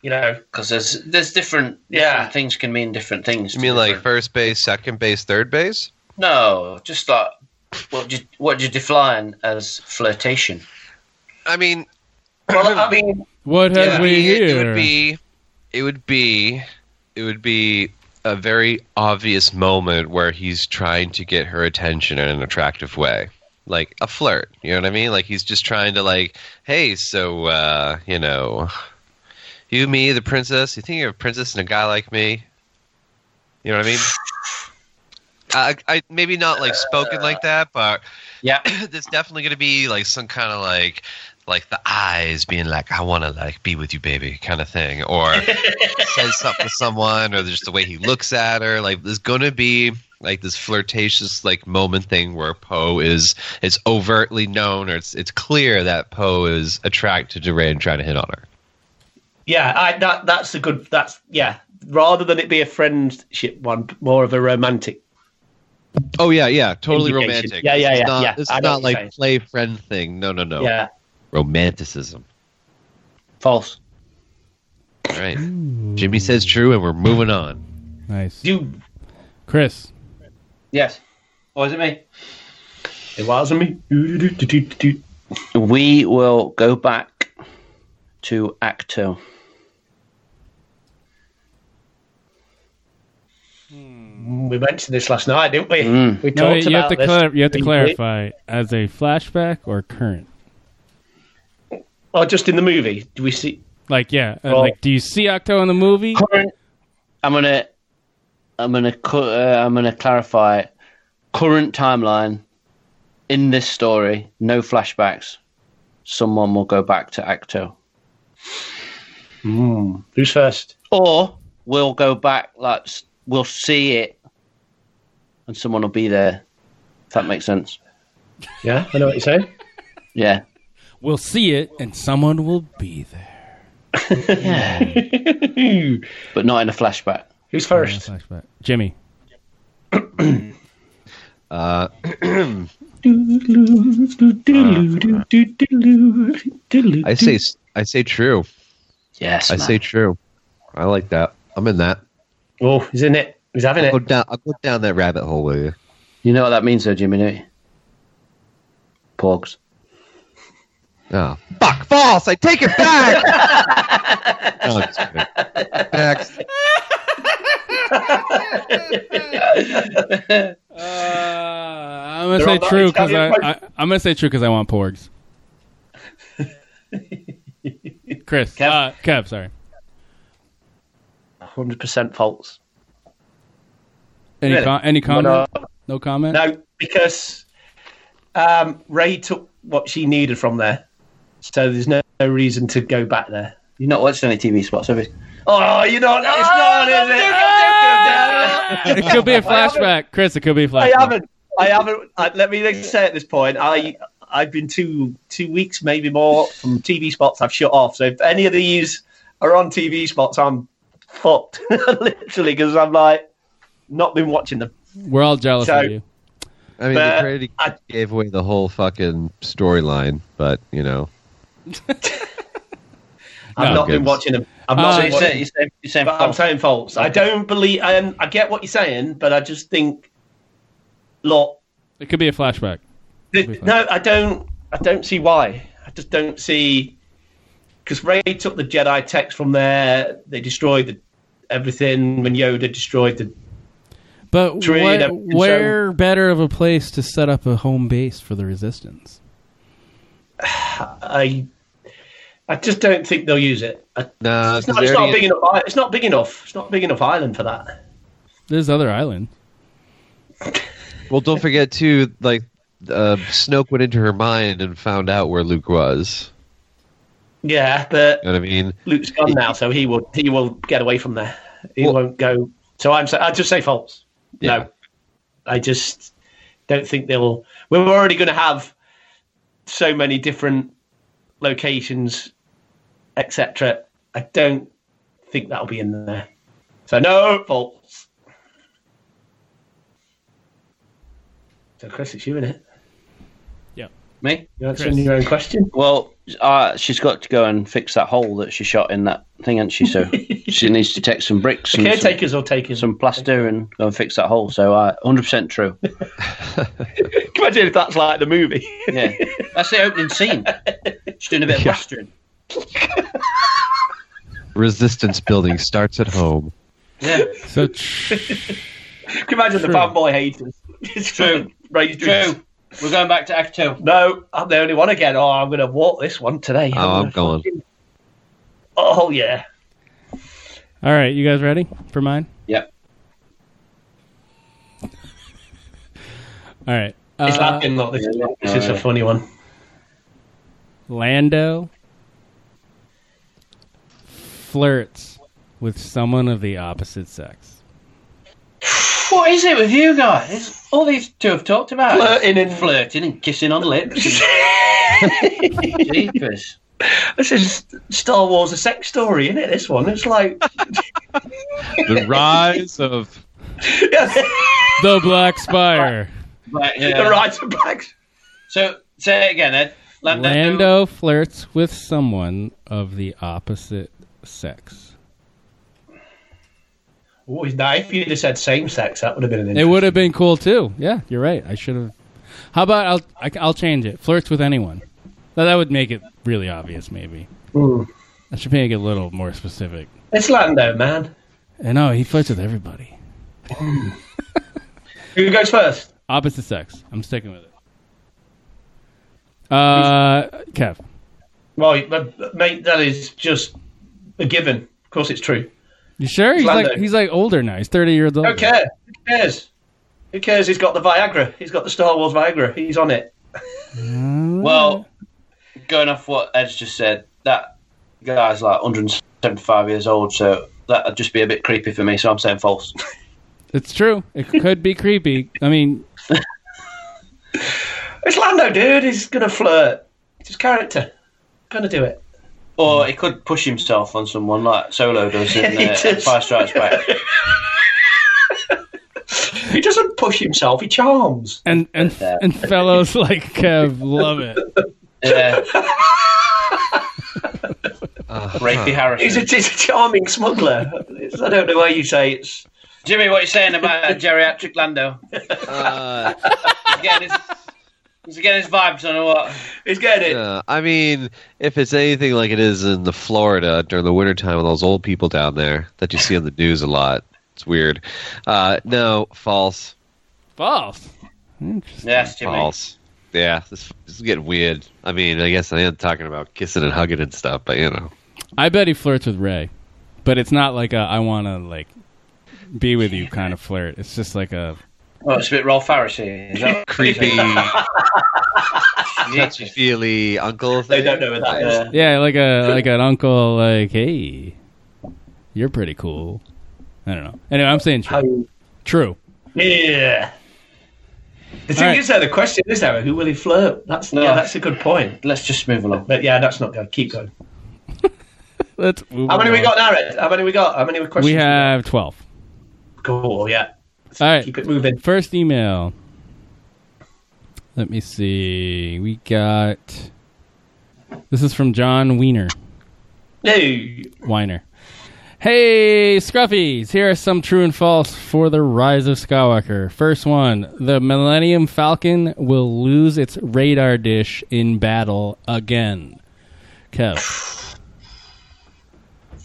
You know, because there's there's different, Yeah. different things can mean different things. You mean like first base, second base, third base? no, just like what do you, what do you define as flirtation? I mean, well, I mean, What it have would, we be, here? it would be, it would be, it would be a very obvious moment where he's trying to get her attention in an attractive way, like a flirt. You know what I mean? Like he's just trying to like, hey, so uh, you know, you, me, the princess. You think you're a princess and a guy like me? You know what I mean? I, I maybe not like spoken like that, but Yeah, there's definitely going to be like some kind of like like the eyes being like i want to like be with you baby kind of thing or says something to someone or just the way he looks at her like there's going to be like this flirtatious like moment thing where poe is it's overtly known or it's it's clear that poe is attracted to ray and trying to hit on her yeah, I, that that's a good. That's yeah. Rather than it be a friendship one, more of a romantic. oh yeah yeah totally Indication. romantic Yeah, yeah, It's yeah, not- yeah. it's I know not what you're like saying. play friend thing no no no Yeah, romanticism false. all right jimmy says true and we're moving on nice, You. Chris. yes. Or is it me? It wasn't me. Do-do-do-do-do-do. We will go back to Act Two. We mentioned this last night, didn't we? We No, talked wait, you have about to this. clar- you have to We- clarify as a flashback or current. Or Oh, just in the movie, do we see? Like, yeah, uh, Well- like, do you see Octo in the movie? Current. I'm gonna. I'm gonna. cu- Uh, I'm gonna clarify. Current timeline. In this story, no flashbacks. Someone will go back to Act Two. Who's first? or we'll go back like s- we'll see it and someone will be there if that makes sense Yeah, I know what you're saying. yeah We'll see it, and someone will be there. but not in a flashback Who's first? Flashback. Jimmy. I say I say true. yes I man. say true. I like that. I'm in that. Oh, he's in it. He's having Go it. down. I'll go down that rabbit hole with you. you know what that means though jimmy don't you? pogs Oh, fuck! False. I take it back. No, I'm just kidding. Next. I'm gonna Uh, They're say all not true because I, Italian, I I'm gonna say true because I want porgs. Chris, Kev, uh, Kev sorry. 100% false Any Really? com- any comment? uh, no comment. No, because um, Ray took what she needed from there, so there's no, no reason to go back there. you've not watched any tv spots have you Oh, you know, it's not, is it? Oh, it could be a flashback, Chris. It could be a I flashback. haven't. I haven't. I, let me just say at this point, I I've been two two weeks, maybe more, from TV spots. I've shut off. So if any of these are on TV spots, I'm fucked, literally, because I'm like, not been watching them. We're all jealous So- of you. I mean, But the Trinity I- gave away the whole fucking storyline, but you know, I've No, not been good. watching them. I've Uh, not So been you're saying, watching you're saying, you're saying But I'm false. saying false. I don't believe. Um, I get what you're saying, but I just think, look, It could be a flashback. th- no, I don't. I don't see why. I just don't see because Ray took the Jedi text from there. They destroyed the, everything when Yoda destroyed the. But Trade what- up and where better of a place to set up a home base for the resistance? I. I just don't think they'll use it. I, no, it's, not, it's not big enough. i- It's not big enough. It's not big enough island for that. There's other islands. Well, don't forget too, like uh, Snoke went into her mind and found out where Luke was. Yeah, but You know what I mean? Luke's gone now, so he will he will get away from there. He Well- won't go. So I'm sa- I just say false. Yeah. No, I just don't think they'll. We're already going to have so many different locations, etc. I don't think that'll be in there. So no false. So Chris, it's you in it. Me? You're answering Chris. your own question. Well, uh, she's got to go and fix that hole that she shot in that thing, hasn't she? So she needs to take some bricks and some, Caretakers or takers? some plaster and go and fix that hole. So uh, 100% true. Imagine if that's like the movie. Yeah. That's the opening scene. She's doing a bit of plastering. Resistance building starts at home. Yeah. So tr- Can you imagine the True. fanboy haters? It's True. Rage True. We're going back to Act 2. No, I'm the only one again. Oh, I'm going to walk this one today. Oh, I'm gonna going. fucking- Oh, yeah. all right, you guys ready for mine? Yep. All right. It's Uh, laughing, look. This, yeah, this is a alright. funny one. Lando flirts with someone of the opposite sex. What is it with you guys? It's all these two have talked about. Flirting and- flirting and kissing on lips. Jeepers. This is Star Wars, a sex story, isn't it? This one. It's like. The rise of The Black Spire. Right, yeah. The Rise of Black. So say it again, Ed. Lando. Lando flirts with someone of the opposite sex. Oh, now, if you'd have said same sex, that would have been an It interesting. would have been cool too. Yeah, you're right. I should have. How about I'll I, will i will change it. Flirts with anyone. Now, that would make it really obvious. Maybe Mm. I should make it a little more specific. It's Lando, man. I know he flirts with everybody. Who goes first? Opposite sex. I'm sticking with it. Uh, Kev. Well, but- mate, that is just a given. Of course, it's true. You sure? He's Lando. Oh, like he's like older now. He's thirty years old. Don't care. Who cares? Who cares? He's got the Viagra. He's got the Star Wars Viagra. He's on it. Well, going off what Ed's just said, that guy's like 175 years old, so that'd just be a bit creepy for me. So I'm saying false. It's true. It could be creepy. I mean, It's Lando, dude. He's gonna flirt. It's his character. Gonna do it. or he could push himself on someone like Solo does in He uh, does. Five Strikes Back. He doesn't push himself. He charms. and and and fellows like Kev love it. Yeah. Uh-huh. Rafe Harrison. He's a, he's a charming smuggler. It's- I don't know why you say it's. Jimmy, what are you saying about uh, geriatric Lando? uh, He's getting his, he's getting his vibes on or what? He's getting it. yeah. I mean, if it's anything like it is in the Florida during the wintertime with those old people down there that you see on the news a lot, it's weird. Uh, no, false, False. Interesting. Yes, Jimmy. false. Yeah, this, this is getting weird. I mean, I guess I am talking about kissing and hugging and stuff, but you know. I bet he flirts with Ray, but it's not like a I want to like be with you kind of flirt. It's just like a Oh, it's a bit Rolf Pharisee. Is that creepy, touchy Jesus. feely uncle They thing. don't know what that is. Yeah. yeah, like a like an uncle. Like hey, you're pretty cool. I don't know. Anyway, I'm saying true. How- True. Oh, Yeah. The thing Alright. is, though, the question is, though, who will he flirt? That's No. yeah, that's a good point. Let's just move along. But yeah, that's not good. Keep going. Let's move How many we along. got now, Red? How many we got? How many questions? We have twelve. Cool. Yeah. Let's All right. keep it moving. First email. Let me see. We got. This is from John Wiener. No. Weiner. Hey, Scruffies! Here are some true and false for the Rise of Skywalker. First one The Millennium Falcon will lose its radar dish in battle again. Kev.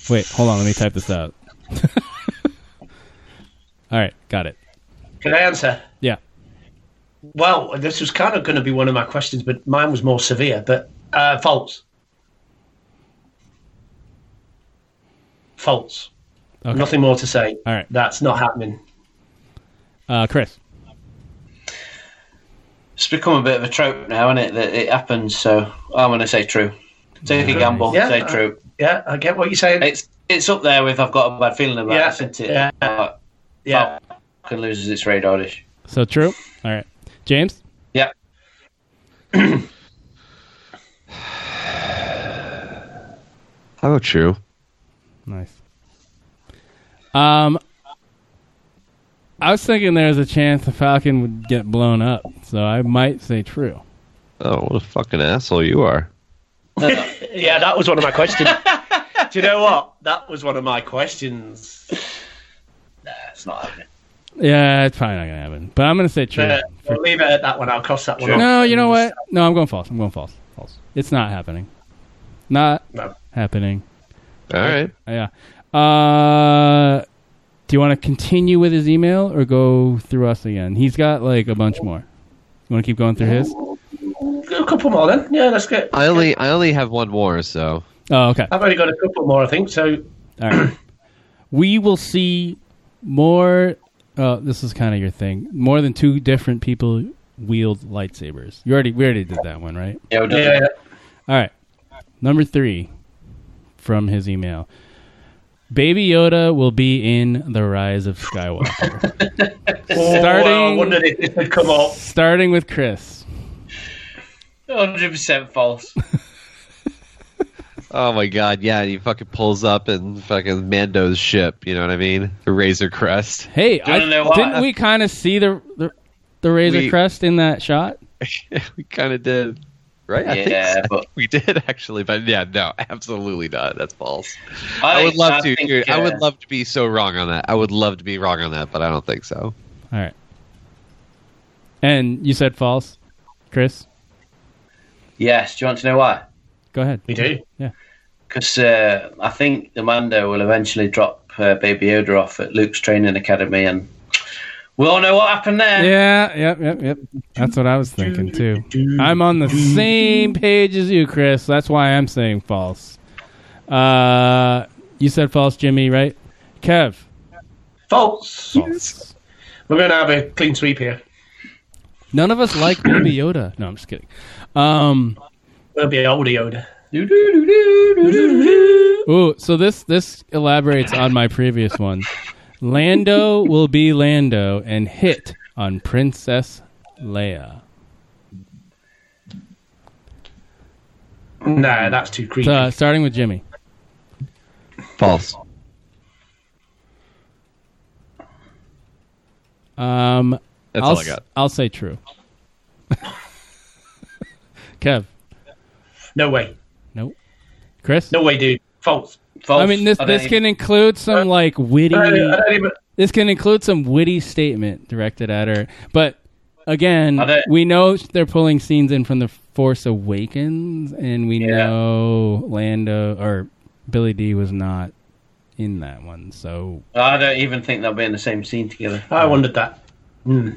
Wait, hold on. Let me type this out. All right, got it. Can I answer? Yeah. Well, this was kind of going to be one of my questions, but mine was more severe. But uh, false. False. Okay. Nothing more to say. All right. That's not happening. Uh, Chris. It's become a bit of a trope now, isn't it? That it happens. So I'm going to say true. Take a gamble. Yeah. Say true. Yeah, I get what you're saying. It's it's up there with I've got a bad feeling about Yeah, it, isn't it? yeah. Uh, yeah. Falcon loses its radar dish. So true. All right. James? Yeah. How about true? Nice. Um, I was thinking there's a chance the Falcon would get blown up, so I might say true. Oh, what a fucking asshole you are. Yeah, that was one of my questions. Do you know what? That was one of my questions. That's not happening. Yeah, it's probably not gonna happen, but I'm gonna say true. Uh, we'll leave it at that one. I'll cross that one off. no, you know what? No, I'm going false. I'm going false. False. It's not happening. Not No. happening. All right. Yeah. Uh, do you want to continue with his email or go through us again? He's got like a bunch more. You want to keep going through his? A couple more then. Yeah, that's good. I only I only have one more, so Oh, okay. I've only got a couple more, I think. So All right. we will see more. Uh, this is kind of your thing. More than two different people wield lightsabers. You already we already did that one, right? Yeah, we'll do yeah, it. All right. Number three from his email. Baby Yoda will be in The Rise of Skywalker. Oh, I Starting- wondered if this would come up. Starting with Chris. 100% false. Oh my god, yeah, he fucking pulls up and fucking Mando's ship, you know what I mean? The Razor Crest. Hey, I, wanna know why? didn't we kind of see the the, the Razor We- Crest in that shot? we kinda did. Right? I think Yeah, so. but- we did actually, but yeah, no, absolutely not. That's false. I, I would love I to. think, dude, I uh, would love to be so wrong on that. I would love to be wrong on that, but I don't think so. All right. And you said false, Chris. Yes. Do you want to know why? Go ahead. We do. Because uh, I think the Mando will eventually drop uh, Baby Yoda off at Luke's training academy, and we all know what happened there. Yeah, yep, yep, yep. That's what I was thinking too. I'm on the same page as you, Chris. That's why I'm saying false. Uh, you said false, Jimmy, right? Kev, False. We're going to have a clean sweep here. none of us like Baby Yoda. No, I'm just kidding. Um, We'll be old Yoda. ooh, so this this elaborates on my previous one. Lando will be Lando and hit on Princess Leia. Nah, that's too creepy. Uh, starting with Jimmy. False. Um, That's I'll all I s- got. I'll say true. Kev, no way. nope. Chris, No way, dude. False. False. I mean this. don't this even- can include some like witty. I don't, I don't even, This can include some witty statement directed at her. But again, I don't- we know they're pulling scenes in from the Force Awakens, and we Yeah. know Lando or Billy D was not in that one. So I don't even think they'll be in the same scene together. I wondered that. yeah,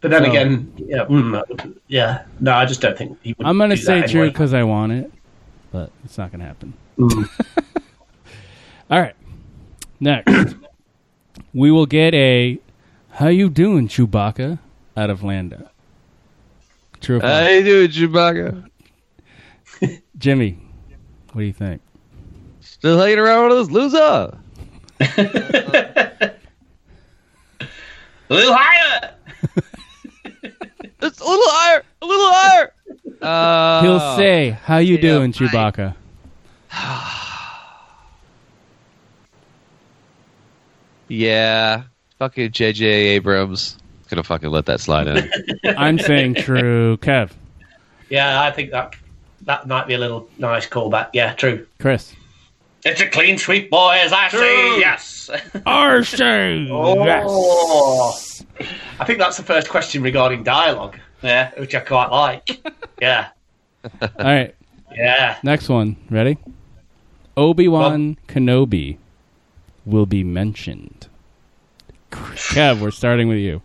But then So- again, yeah, mm, yeah. No, I just don't think he would. I'm gonna do that say true anyway. because I want it, but it's not gonna happen. All right. Next, we will get a "How you doing, Chewbacca?" out of Lando. True. Or false? Hey, dude, Chewbacca. Jimmy, what do you think? Still hanging around with us, loser. A little higher. It's a little higher, a little higher. Uh, He'll say, "How you doing, Chewbacca?" Yeah, Fucking J.J. Abrams. Could have fucking let that slide in. I'm saying true. Kev, Yeah, I think that that might be a little nice callback. Yeah, true. Chris. It's a clean sweep, boys. I say yes. Arshane! Oh. I think that's the first question regarding dialogue. Yeah, which I quite like. yeah, All right, yeah. next one. Ready? Obi Wan Kenobi will be mentioned. Kev, we're starting with you.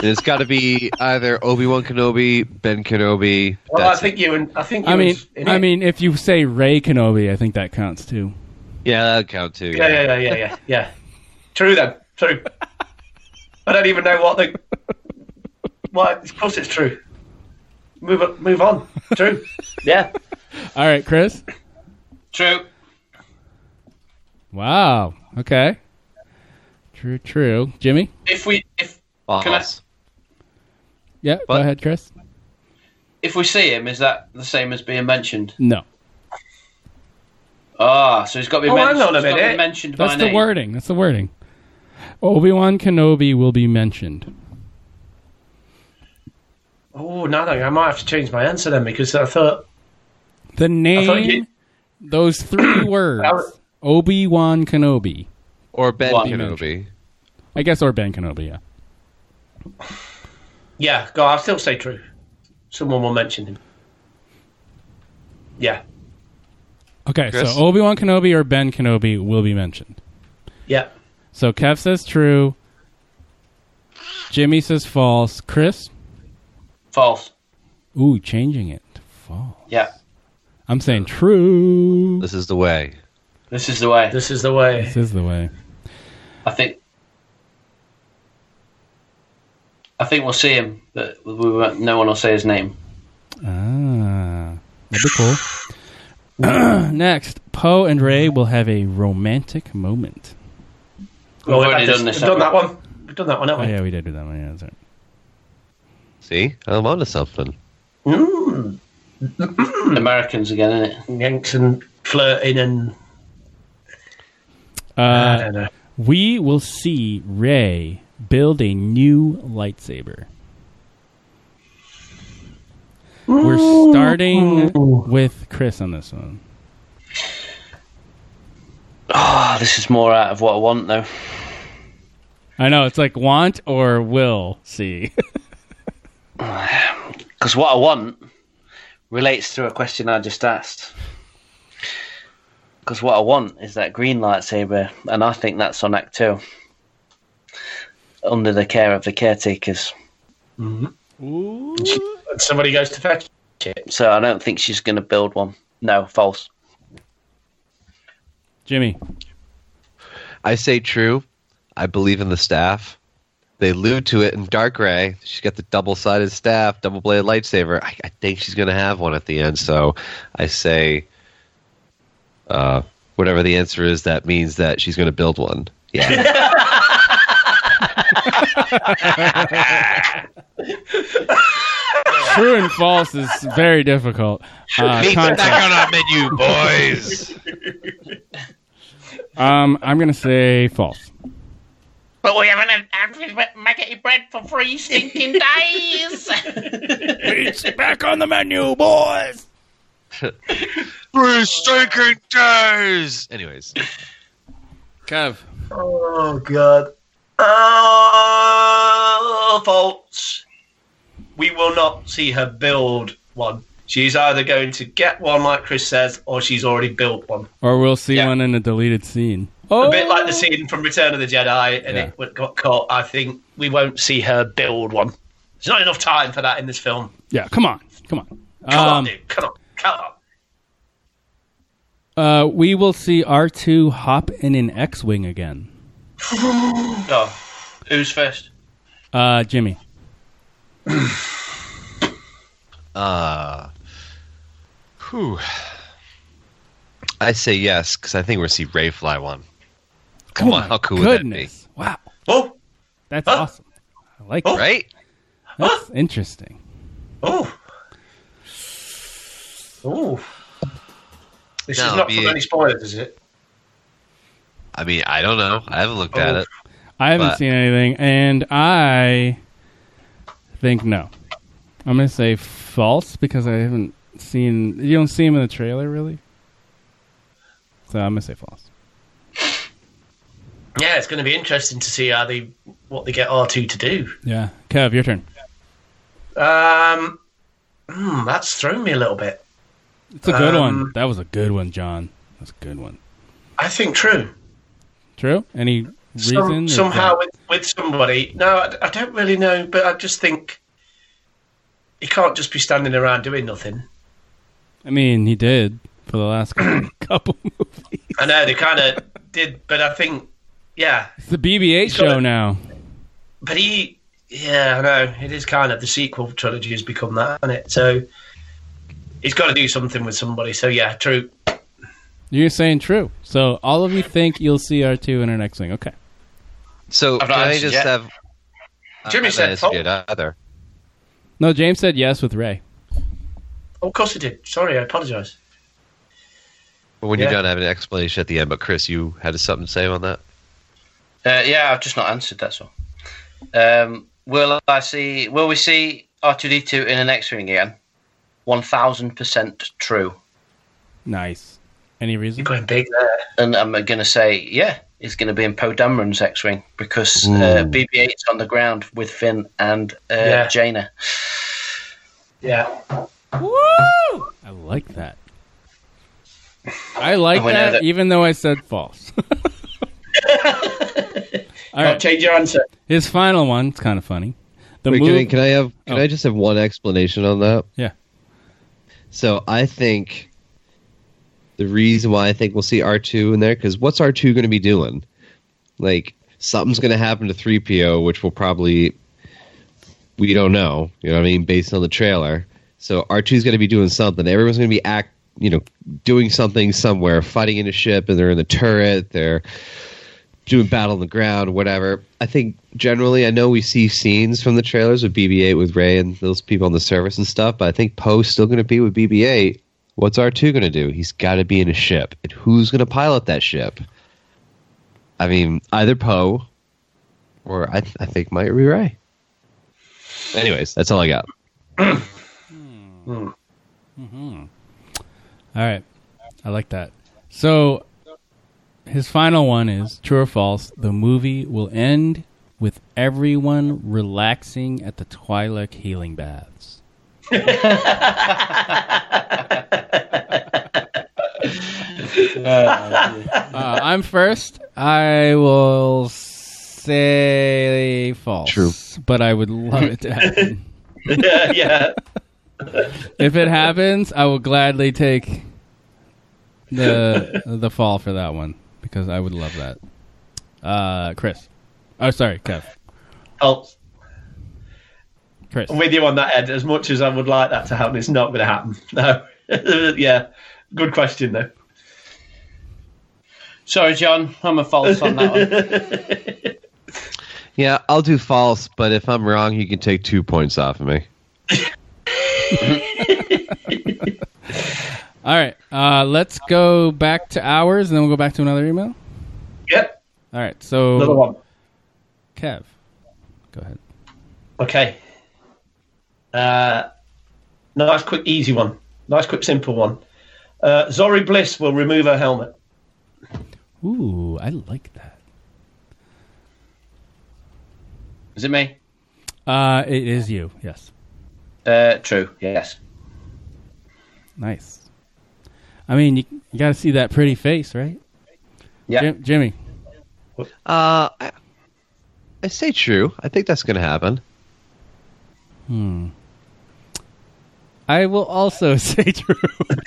And it's got to be either Obi Wan Kenobi, Ben Kenobi. Well, that's I think you and I think you I mean, was in I it. mean, if you say Ray Kenobi, I think that counts too. it. yeah, that'd count too. yeah, yeah, yeah, yeah, yeah, yeah. True then, true. I don't even know what the. Well, of course it's true. Move on, move on. True. Yeah, All right, Chris. true. Wow. Okay. True. True. Jimmy. If we if Can I- False. Yeah. What? Go ahead, Chris. If we see him, is that the same as being mentioned? No, Ah, so he's got to be Oh, mentioned. hang on a he's gotta be minute. mentioned by that's the name. wording. That's the wording. Obi Wan Kenobi will be mentioned. Oh, now that- I might have to change my answer then because I thought The name. you- Those three words. I was- Obi Wan Kenobi. Or Ben What? Kenobi. I guess, or Ben Kenobi. Yeah. yeah. Go. I'll still say true. Someone will mention him. Yeah, Okay. Chris? So Obi Wan Kenobi or Ben Kenobi will be mentioned. yeah. So Kev says true. Jimmy says false. Chris. False. Ooh, changing it. to False. Yeah, I'm saying true. This is the way. this is the way. This is the way. This is the way. I think. I think we'll see him, but we won't, no one will say his name. Ah, that'd be cool. Next, Poe and Ray will have a romantic moment. Well, We've we've already had done this, We've done that haven't one. We've done that one, Oh haven't we? yeah, we did do that one. Yeah, that's right. See? I'm onto something. Americans again, isn't it? Yanks and flirting and I Uh, don't know. we will see Ray build a new lightsaber. We're starting with Chris on this one. Ah, this is more out of what I want, though. I know it's like want or will see. Because what I want relates to a question I just asked. Because what I want is that green lightsaber, and I think that's on Act 2. Under the care of the caretakers. And somebody goes to fetch it. So I don't think she's going to build one. No, false. Jimmy. I say true. I believe in the staff. They allude to it in Dark Ray. She's got the double sided staff, double bladed lightsaber. I, I think she's going to have one at the end. So I say, uh, whatever the answer is, that means that she's going to build one. Yeah. True and false is very difficult. Uh, concept. on our menu, boys. Um, I'm gonna say false. But we haven't had average maggoty bread for free stinking days. It's back on the menu, boys. Three stinking days. Anyways, Kev. oh god. Oh, false. We will not see her build one. She's either going to get one, like Chris says, or she's already built one. Or we'll see Yeah. one in a deleted scene. Oh, A bit like the scene from Return of the Jedi, and Yeah. it got caught. I think we won't see her build one. There's not enough time for that in this film. yeah. Come on, come on. Come on, Um, dude. Come on. Come on. uh, we will see R two hop in an X wing again. No. Who's first? Uh, Jimmy. uh, whew. I say yes because I think we're gonna see Ray fly one. Come Oh on, my how cool goodness! Wow, Oh, that's Huh? awesome. I like would that be? that. Right? That's interesting. oh, oh. This No, is not be- from any spoilers, is it? I mean, I don't know. I haven't looked at it. I haven't But- seen anything, and I think no. I'm gonna say false because I haven't seen. You don't see him in the trailer, really. So I'm gonna say false. Yeah, it's going to be interesting to see how they what they get R two to do. Yeah, Kev, your turn. Um, hmm, that's thrown me a little bit. It's a good one. Um, That was a good one, John. That's a good one. I think true. True. Any Some- reason? or- somehow with, with somebody. No, I, I don't really know, but I just think he can't just be standing around doing nothing. I mean, he did for the last couple- couple movies. I know they kind of did, but I think yeah, It's the BB-8 He's got show it. now. but he yeah, I know it is kind of the sequel trilogy has become that, hasn't it? So he's got to do something with somebody. So yeah, true. You're saying true. So all of you think you'll see R2 in our next thing. Okay. So I've can not I answered just yet. have? Jimmy I haven't said answered false. yet either. No, James said yes with Ray. Oh, of course he did. Sorry, I apologise. But when Yeah. you're done, I have an explanation at the end. But Chris, you had something to say on that. Uh, yeah, I've just not answered. That's all. Um, will I see? Will we see R two D two in the next ring again? One thousand percent true. Nice. Any reason? You're going big there. And I'm gonna say, yeah, it's gonna be in Poe Dameron's X wing because uh, BB 8's on the ground with Finn and uh, Yeah. Jaina. Yeah. I like that. I like Oh, I know that, that- even though I said false. All I'll right. Uh, change your answer. His final one. It's kind of funny. The Wait, move. can, I, can I have? Can Oh. I just have one explanation on that? Yeah. So I think the reason why I think we'll see R two in there because what's R two going to be doing? Like something's going to happen to three PO, which will probably we don't know. You know what I mean? Based on the trailer, so R 2s going to be doing something. Everyone's going to be act. You know, doing something somewhere, fighting in a ship, and they're in the turret. They're doing battle on the ground, whatever. I think generally, I know we see scenes from the trailers with BB-8 with Ray and those people on the service and stuff, but I think Poe's still going to be with BB-8. What's R2 going to do? He's got to be in a ship, and who's going to pilot that ship? I mean, either Poe or I, th- I think might be Ray. Anyways, that's all I got. All right. I like that. So his final one is true or false. The movie will end with everyone relaxing at the Twi'lek healing baths. Uh, I'm first. I will say false. True. But I would love it to happen. yeah, yeah. if it happens, I will gladly take the the fall for that one because I would love that. Uh, Chris, oh sorry, Kev, I'll, Chris. I'm with you on that, Ed. As much as I would like that to happen, it's not going to happen. No. yeah. Good question, though. Sorry, John, I'm a false on that one. Yeah, I'll do false, but if I'm wrong, you can take two points off of me. All right, uh, let's go back to ours, and then we'll go back to another email. Yep. All right, so Another one. Kev, go ahead. Okay. Uh, nice, quick, easy one. Nice, quick, simple one. Uh, Zori Bliss will remove her helmet. Ooh, I like that. Is it me? Uh, it is you. Yes, Uh, true. Yes. nice. I mean, you, you got to see that pretty face, right? Yeah. Jim, Jimmy. Uh, I, I say true. I think that's going to happen. I will also say true,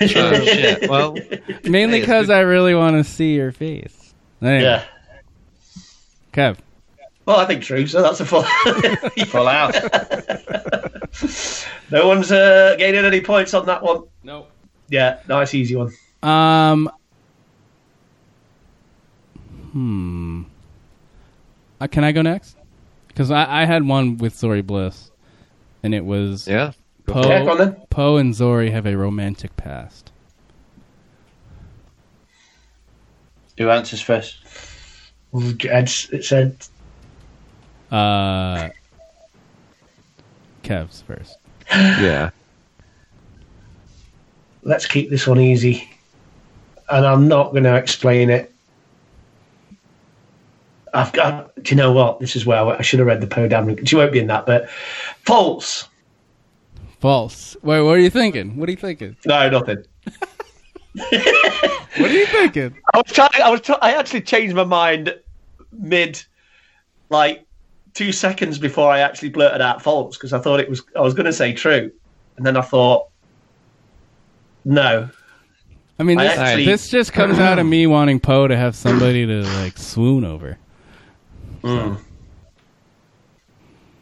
Oh, shit. Well, Hey, mainly it's because good. I really want to see your face. Anyway, Yeah. Kev. Well, I think true. So that's a full. Fall out. no one's uh, gaining any points on that one. Nope. Yeah. Nice, easy one. Um. Hmm. Uh, can I go next? Because I, I had one with Zori Bliss, and it was yeah. Poe Yeah, go on then. Poe and Zori have a romantic past. Who answers first? It's, it said Uh, Kev's first. Yeah. let's keep this one easy. And I'm not going to explain it. I've got, do you know what? This is where I, I should have read the Poe Dameron. She won't be in that, but false. False. Wait, what are you thinking? What are you thinking? No, nothing. What are you thinking? I was trying, I was, try, I actually changed my mind mid, like two seconds before I actually blurted out false because I thought it was, I was going to say true. And then I thought, no, I mean, I this, actually- this just comes out of me wanting Poe to have somebody to like swoon over.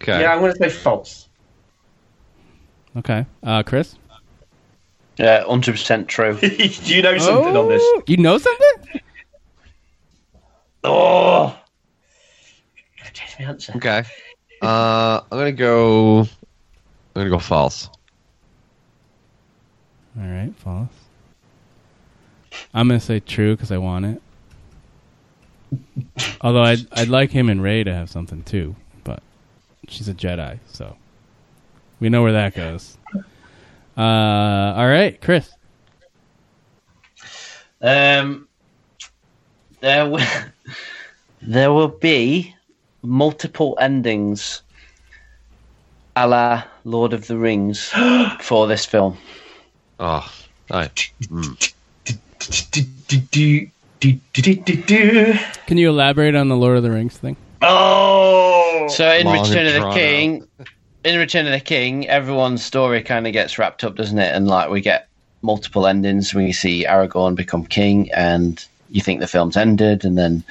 Okay. yeah, I'm going to say false. Okay, uh, Chris. Yeah, Uh, hundred percent true. Do you know something on this? Oh, You know something? Oh, Gotta change my answer. Okay. Uh, I'm gonna go. I'm gonna go false. All right, false. I'm gonna say true because I want it. Although I'd I'd like him and Ray to have something too, but she's a Jedi, so we know where that goes. Uh, all right, Chris. Um, there will there will be multiple endings, a la Lord of the Rings, for this film. Oh, I, mm, Do-do-do-do-do-do-do-do. Can you elaborate on the Lord of the Rings thing? Oh, So in Long and Return of the drawn King, in Return of the King, everyone's story kind of gets wrapped up, doesn't it? And like we get multiple endings. We see Aragorn become king, and you think the film's ended, and then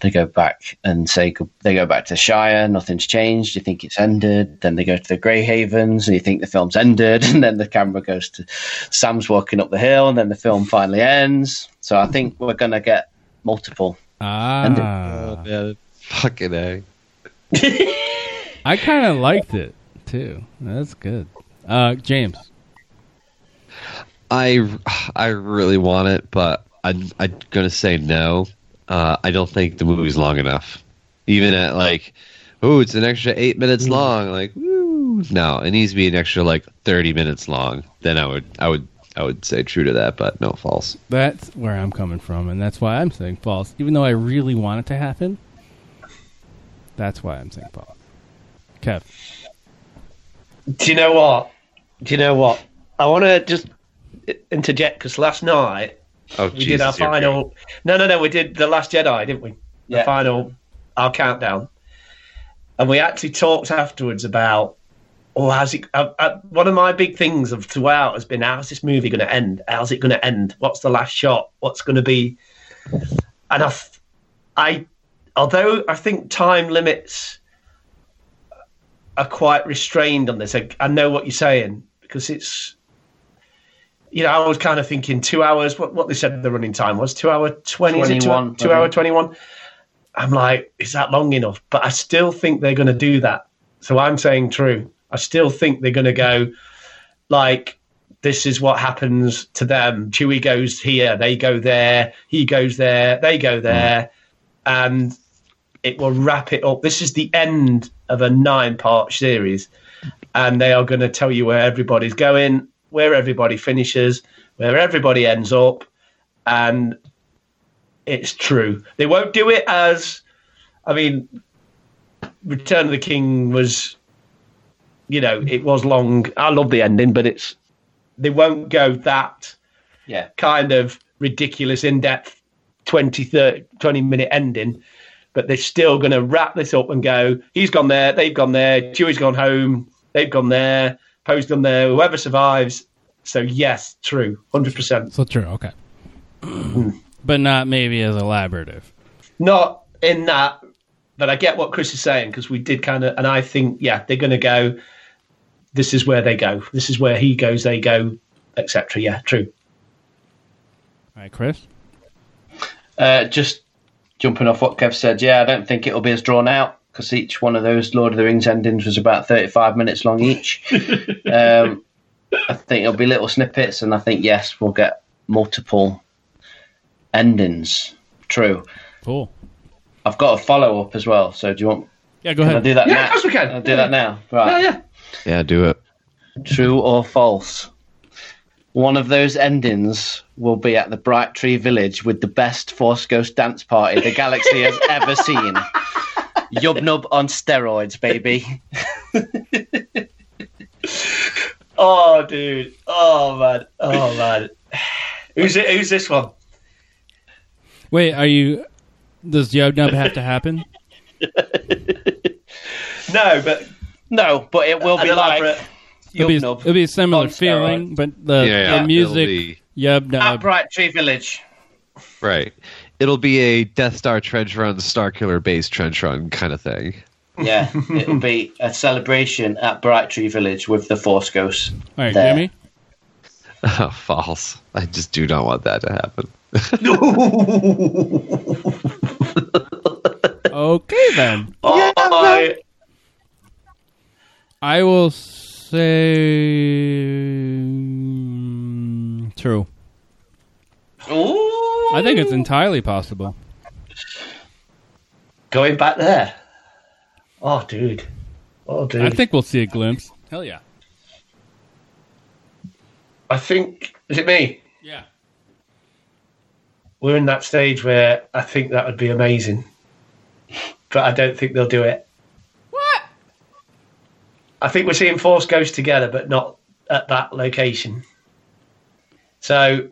they go back and say good- they go back to Shire. Nothing's changed. You think it's ended. Then they go to the Grey Havens, and you think the film's ended. And then the camera goes to Sam's walking up the hill, and then the film finally ends. So I think we're gonna get multiple. Ah, yeah, fucking a. I kind of liked it too. That's good. Uh, James. I, I really want it, but I'm, I'm gonna say no. Uh, I don't think the movie's long enough. Even at like, oh, it's an extra eight minutes long. Like, woo. no, it needs to be an extra like thirty minutes long. Then I would, I would, I would say true to that, but no, false. That's where I'm coming from, and that's why I'm saying false. Even though I really want it to happen, that's why I'm saying false. Kev, do you know what? Do you know what? I want to just interject because last night Oh, we did our final. No, no, no. We did the Last Jedi, didn't we? The Yeah. final, our countdown, and we actually talked afterwards about. Oh, how's it? Uh, uh, one of my big things of throughout has been how's this movie going to end? How's it going to end? What's the last shot? What's going to be? And I, th- I, although I think time limits are quite restrained on this. I, I know what you're saying because it's, you know, I was kind of thinking two hours. What what they said the running time was two hour twenty. Is it two, 21, two hour twenty one? I'm like, is that long enough? But I still think they're going to do that. So I'm saying true. I still think they're going to go, like, this is what happens to them. Chewie goes here, they go there, he goes there, they go there, and it will wrap it up. This is the end of a nine part series, and they are going to tell you where everybody's going, where everybody finishes, where everybody ends up, and it's true. They won't do it as, I mean, Return of the King was, you know, it was long. I love the ending, but it's, they won't go that Yeah. kind of ridiculous in depth 20, 30, 20 minute ending, but they're still going to wrap this up and go, he's gone there, they've gone there, Chewie's gone home, they've gone there, Poe's gone there, whoever survives. So, yes, true, 100%. so true. Okay, but not maybe as elaborative. Not in that, but I get what Chris is saying because we did kind of, and I think, yeah, they're going to go, this is where they go, this is where he goes, they go, etc. Yeah, true. All right, Chris. Uh, just jumping off what Kev said, yeah, I don't think it'll be as drawn out because each one of those Lord of the Rings endings was about 35 minutes long each. um, I think it'll be little snippets, and I think, yes, we'll get multiple endings. True. Cool. I've got a follow up as well. So do you want? Yeah, go Can I ahead. do that Yeah, now? of course we can. I'll do Yeah. that now. Right. Yeah, yeah. Yeah, do it. True or false? One of those endings will be at the Bright Tree Village with the best Force Ghost dance party the galaxy has ever seen. Yub nub on steroids, baby. Oh, dude. Oh man. Oh man. Who's it? Who's this one? Wait, are you? Does Yub Nub have to happen? No, but No, but it will an be like elaborate- It'll be, Yub nub it'll be a similar on feeling, but the, Yeah, the it'll music be- Yub at Nub. Bright Tree Village. Right. It'll be a Death Star trench run, Star Killer base trench run kind of thing. Yeah, it'll be a celebration at Bright Tree Village with the Force Ghosts. All right, there. Jimmy. Oh, false. I just do not want that to happen. Okay then. oh, I- I will say mm, true. Ooh. I think it's entirely possible. going back there. Oh, dude. Oh, dude. I think we'll see a glimpse. Hell yeah. I think is it me? Yeah. We're in that stage where I think that would be amazing, but I don't think they'll do it. What? I think we're seeing Force Ghosts together, but not at that location. So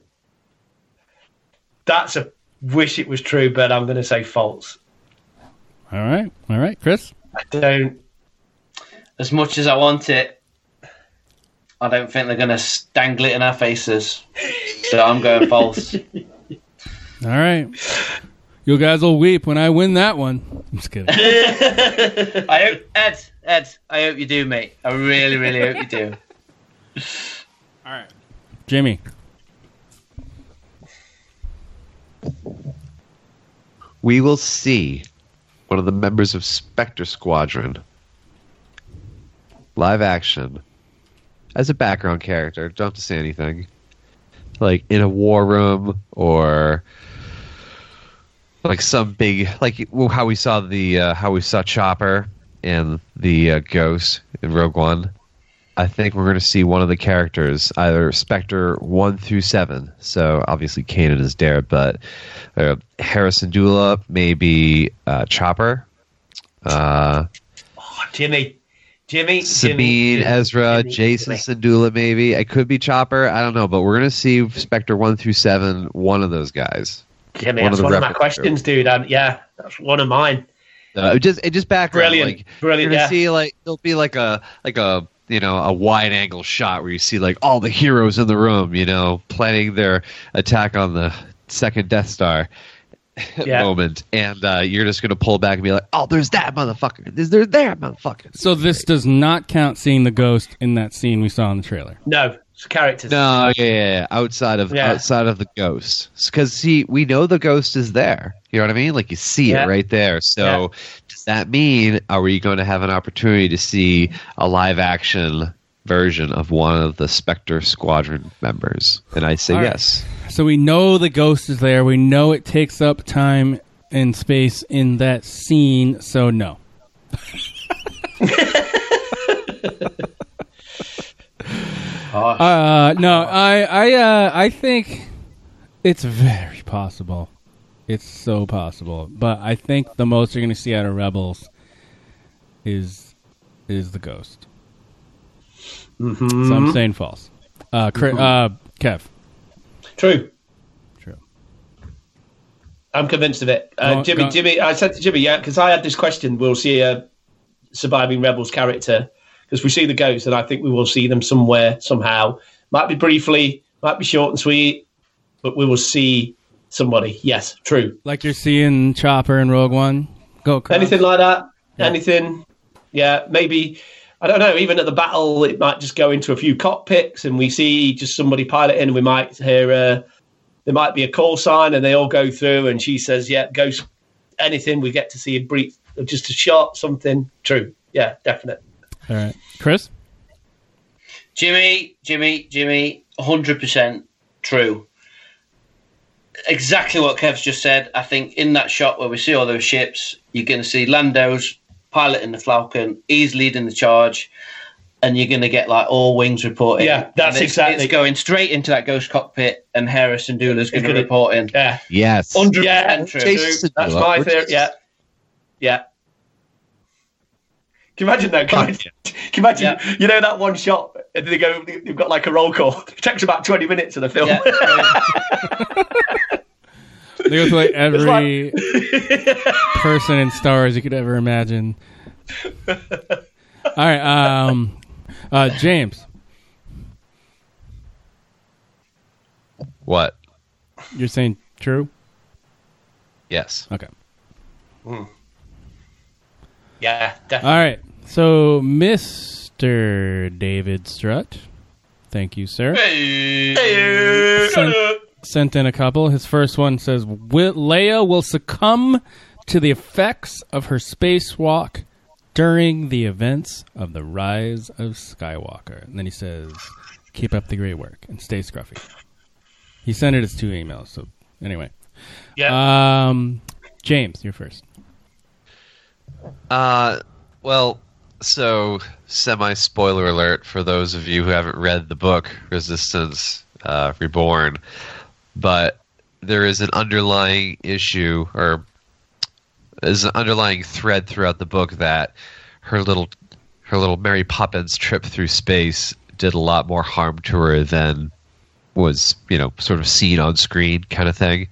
that's a wish it was true, but I'm going to say false. All right. All right, Chris. I don't. As much as I want it, I don't think they're going to dangle it in our faces. So I'm going false. All right. You guys will weep when I win that one. I'm just kidding. I hope Ed, Ed, I hope you do, mate. I really, really hope you do. All right. Jimmy. We will see one of the members of Spectre Squadron live action as a background character. Don't have to say anything. Like in a war room or like some big like well, how we saw the uh, how we saw Chopper and the uh, Ghost in Rogue One. I think we're going to see one of the characters, either Spectre one through seven. So obviously Kanan is there, but uh, Harrison Dula, maybe uh, Chopper, uh, Oh, Jimmy, Jimmy, Sabine, Jimmy, Ezra, Jimmy, Jason Jimmy. Sandula, maybe. It could be Chopper. I don't know, but we're going to see Spectre one through seven. One of those guys. Jimmy, one of that's the one of my replicas. questions, dude. Um, yeah, that's one of mine. Uh, it just it just background. Brilliant. Like, Brilliant, You're gonna yeah. see like there'll be like a like a you know a wide angle shot where you see like all the heroes in the room. You know, planning their attack on the second Death Star. Yeah. moment and uh, you're just gonna pull back and be like oh there's that motherfucker there's there's that motherfucker So this does not count seeing the ghost in that scene we saw in the trailer. No, it's characters. No, yeah, yeah, yeah. outside of Yeah. outside of the ghost, because see, we know the ghost is there. You know what I mean? Like you see Yeah. it right there. So Yeah. does that mean are we going to have an opportunity to see a live action version of one of the Spectre Squadron members? And I say All right. yes. So we know the ghost is there. We know it takes up time and space in that scene. So no. Uh, no, I, I, uh, I think it's very possible. It's so possible, but I think the most you're going to see out of Rebels is is the ghost. So I'm saying false. Uh, Cri- uh, Kev, True. True. I'm convinced of it. Uh, Go- Jimmy, go- Jimmy, I said to Jimmy, yeah, because I had this question. We'll see a surviving rebels character because we see the ghosts, and I think we will see them somewhere, somehow. Might be briefly, might be short and sweet, but we will see somebody. Yes, true. like you're seeing Chopper and Rogue One. Go. Cross. Anything like that? Anything? Yeah, maybe. I don't know. Even at the battle, it might just go into a few cockpits, and we see just somebody piloting. We might hear uh, there might be a call sign, and they all go through, and she says, "Yeah, go s- anything." We get to see a brief, just a shot, something. True. Yeah, definite. All right, Chris. Jimmy, Jimmy, Jimmy, 100% true. exactly what Kev's just said. I think in that shot where we see all those ships, you're going to see Lando's piloting the Falcon. He's leading the charge, and you're going to get like all wings reporting. Yeah, that's And it's, exactly- It's going straight into that ghost cockpit, and Harris and Doola's going to gonna- report in. Yeah, Yes. hundred Yeah, percent true. Jason That's Derulo. my theory. Yeah, yeah. Can you imagine that? Can you imagine, can you, imagine you know that one shot? And they go, they've got like a roll call. It takes about twenty minutes of the film. Yeah. They go through like every like- person in Star Wars you could ever imagine. All right, um, uh, James, What? you're saying true? Yes. Okay. yeah, definitely. All right. So, Mister David Strutt, thank you, sir. Sent, sent in a couple. His first one says, will, "Leia will succumb to the effects of her spacewalk during the events of the Rise of Skywalker." And then he says, "Keep up the great work and stay scruffy." He sent it as two emails. So, anyway, yeah. Um, James, you're first. Uh, well, so semi spoiler alert for those of you who haven't read the book Resistance uh, Reborn, but there is an underlying issue or is an underlying thread throughout the book that her little her little Mary Poppins trip through space did a lot more harm to her than was you know sort of seen on screen kind of thing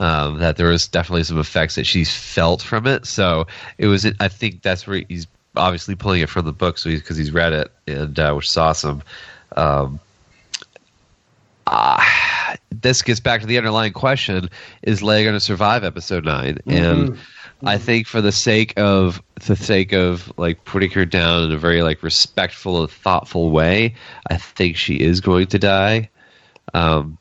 um, that there was definitely some effects that she felt from it. So it was, I think that's where he's obviously pulling it from the book, so he's because he's read it and uh, which is awesome. Um, ah, this gets back to the underlying question: Is Leia going to survive Episode 9 And I think for the sake of the sake of like putting her down in a very like respectful and thoughtful way, I think she is going to die. Um,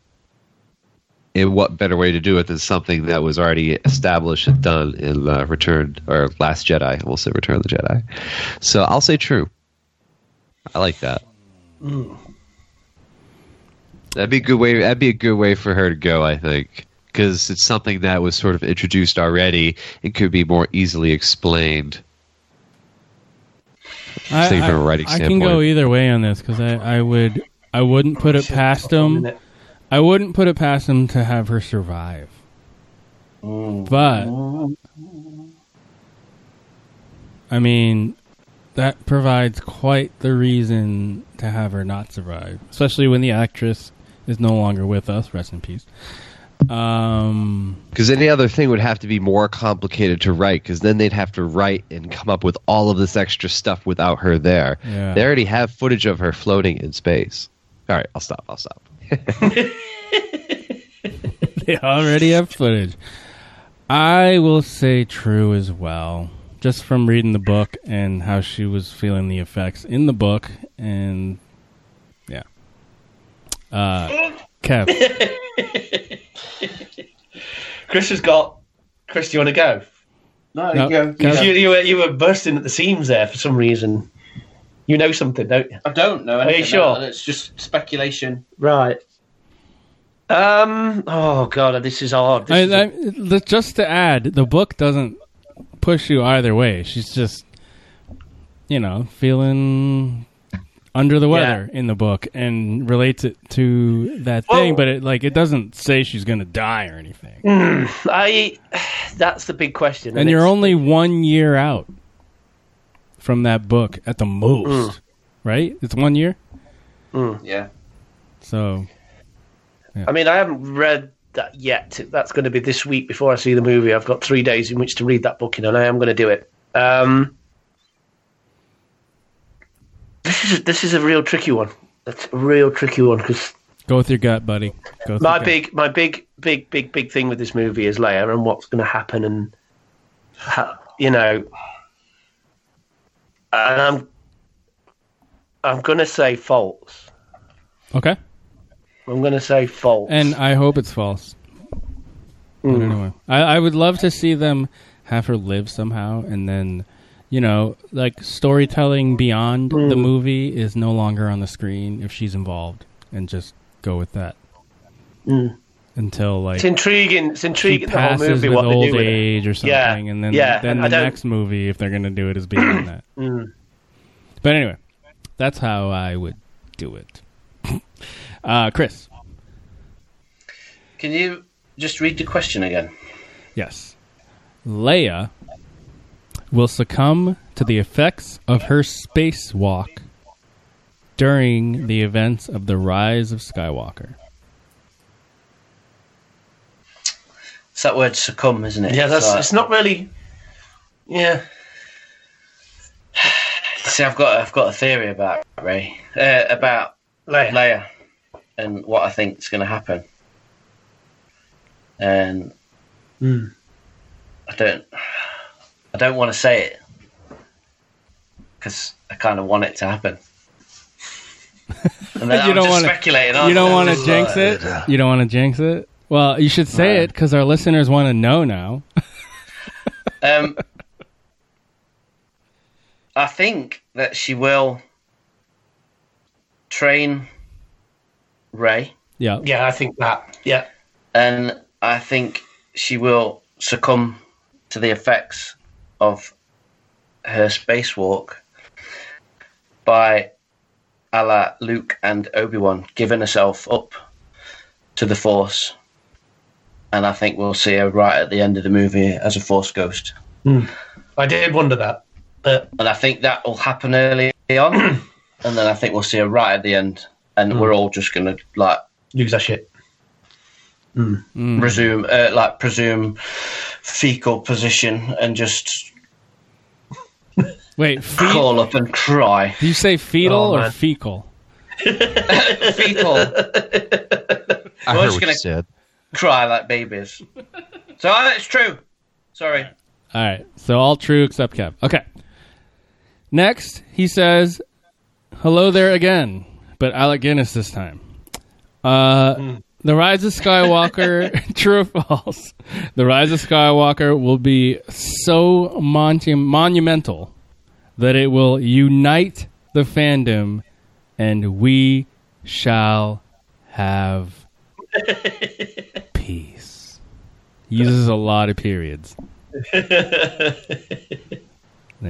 and what better way to do it than something that was already established and done in uh, Return or Last Jedi? We'll say Return of the Jedi. So I'll say true. I like that. That'd be a good way. That'd be a good way for her to go. I think because it's something that was sort of introduced already. It could be more easily explained. I, Say from a writing I can go standpoint. either way on this because I, I would I wouldn't put it past him. I wouldn't put it past him to have her survive. But I mean, that provides quite the reason to have her not survive, especially when the actress is no longer with us. Rest in peace. Um, Because any other thing would have to be more complicated to write. Because then they'd have to write and come up with all of this extra stuff without her there. Yeah. They already have footage of her floating in space. All right, I'll stop. I'll stop. they already have footage. I will say true as well, just from reading the book and how she was feeling the effects in the book, and yeah. Uh, Kev, Chris has got. Chris, do you want to go? No, No. you go. Can I- You, you, were, you were bursting at the seams there for some reason. You know something, don't you? I don't know. you anything sure? about that. It's just speculation. Right. Um. Oh God, this is hard. This I, is- I, the- just to add, the book doesn't push you either way. She's just, you know, feeling under the weather in the book and relates it to that thing, but it like it doesn't say she's gonna die or anything. I that's the big question. and you're it's- only one year out from that book at the most, Mm. right? It's one year, Yeah. so I mean, I haven't read that yet. That's going to be this week before I see the movie. I've got three days in which to read that book, in, and I am going to do it. Um, this is this is a real tricky one. That's a real tricky one because go with your gut, buddy. Go with my your gut. big my big big big big thing with this movie is Leia and what's going to happen, and ha- you know, and I'm I'm going to say false. Okay, I'm going to say false. and I hope it's false. I Mm. don't know why. I, I would love to see them have her live somehow, and then you know, like storytelling beyond the Mm. movie is Mm. no longer on the screen if she's involved, and just go with that. until like It's intriguing. It's she intriguing the whole passes movie. with What they old do with it. age or something, Yeah, and then yeah, then and the I don't- Mm. next movie, if they're gonna do it, is beyond that. But anyway, that's how I would do it. uh, Chris, Can you just read the question again? yes, Leia will succumb to the effects of her spacewalk during the events of the Rise of Skywalker. It's that word succumb, isn't it? Yeah, that's. So, It's not really. Yeah. See, I've got I've got a theory about Ray, uh, about Leia. Leia, and what I think is going to happen. And Hmm. I don't, I don't want to say it because I kind of want it to happen. And then You I'm don't just wanna- speculating. aren't You don't I? want to Just jinx like- it. You don't want to jinx it. Well, you should say it because our listeners want to know now. Um, I think that she will train Ray, Yeah. Yeah, I think that. Yeah. and I think she will succumb to the effects of her spacewalk by a la Luke and Obi Wan, giving herself up to the Force. And I think we'll see her right at the end of the movie as a Force ghost. I did wonder that. But and I think that will happen early on, and then I think we'll see her right at the end, and we're all just gonna like lose that shit. resume, uh, like presume fecal position, and just Wait, fe- crawl up and cry. do you say fetal Oh, or man. fecal? Fecal I Well, heard it's what gonna- you said. cry like babies. So uh, it's true. Sorry. All right. So all true except Kev. Okay. Next, he says, "Hello there again," but Alec Guinness this time. Uh, Hmm. The Rise of Skywalker, true or false? The Rise of Skywalker will be so monu- monumental that it will unite the fandom, and we shall have peace. He uses a lot of periods. then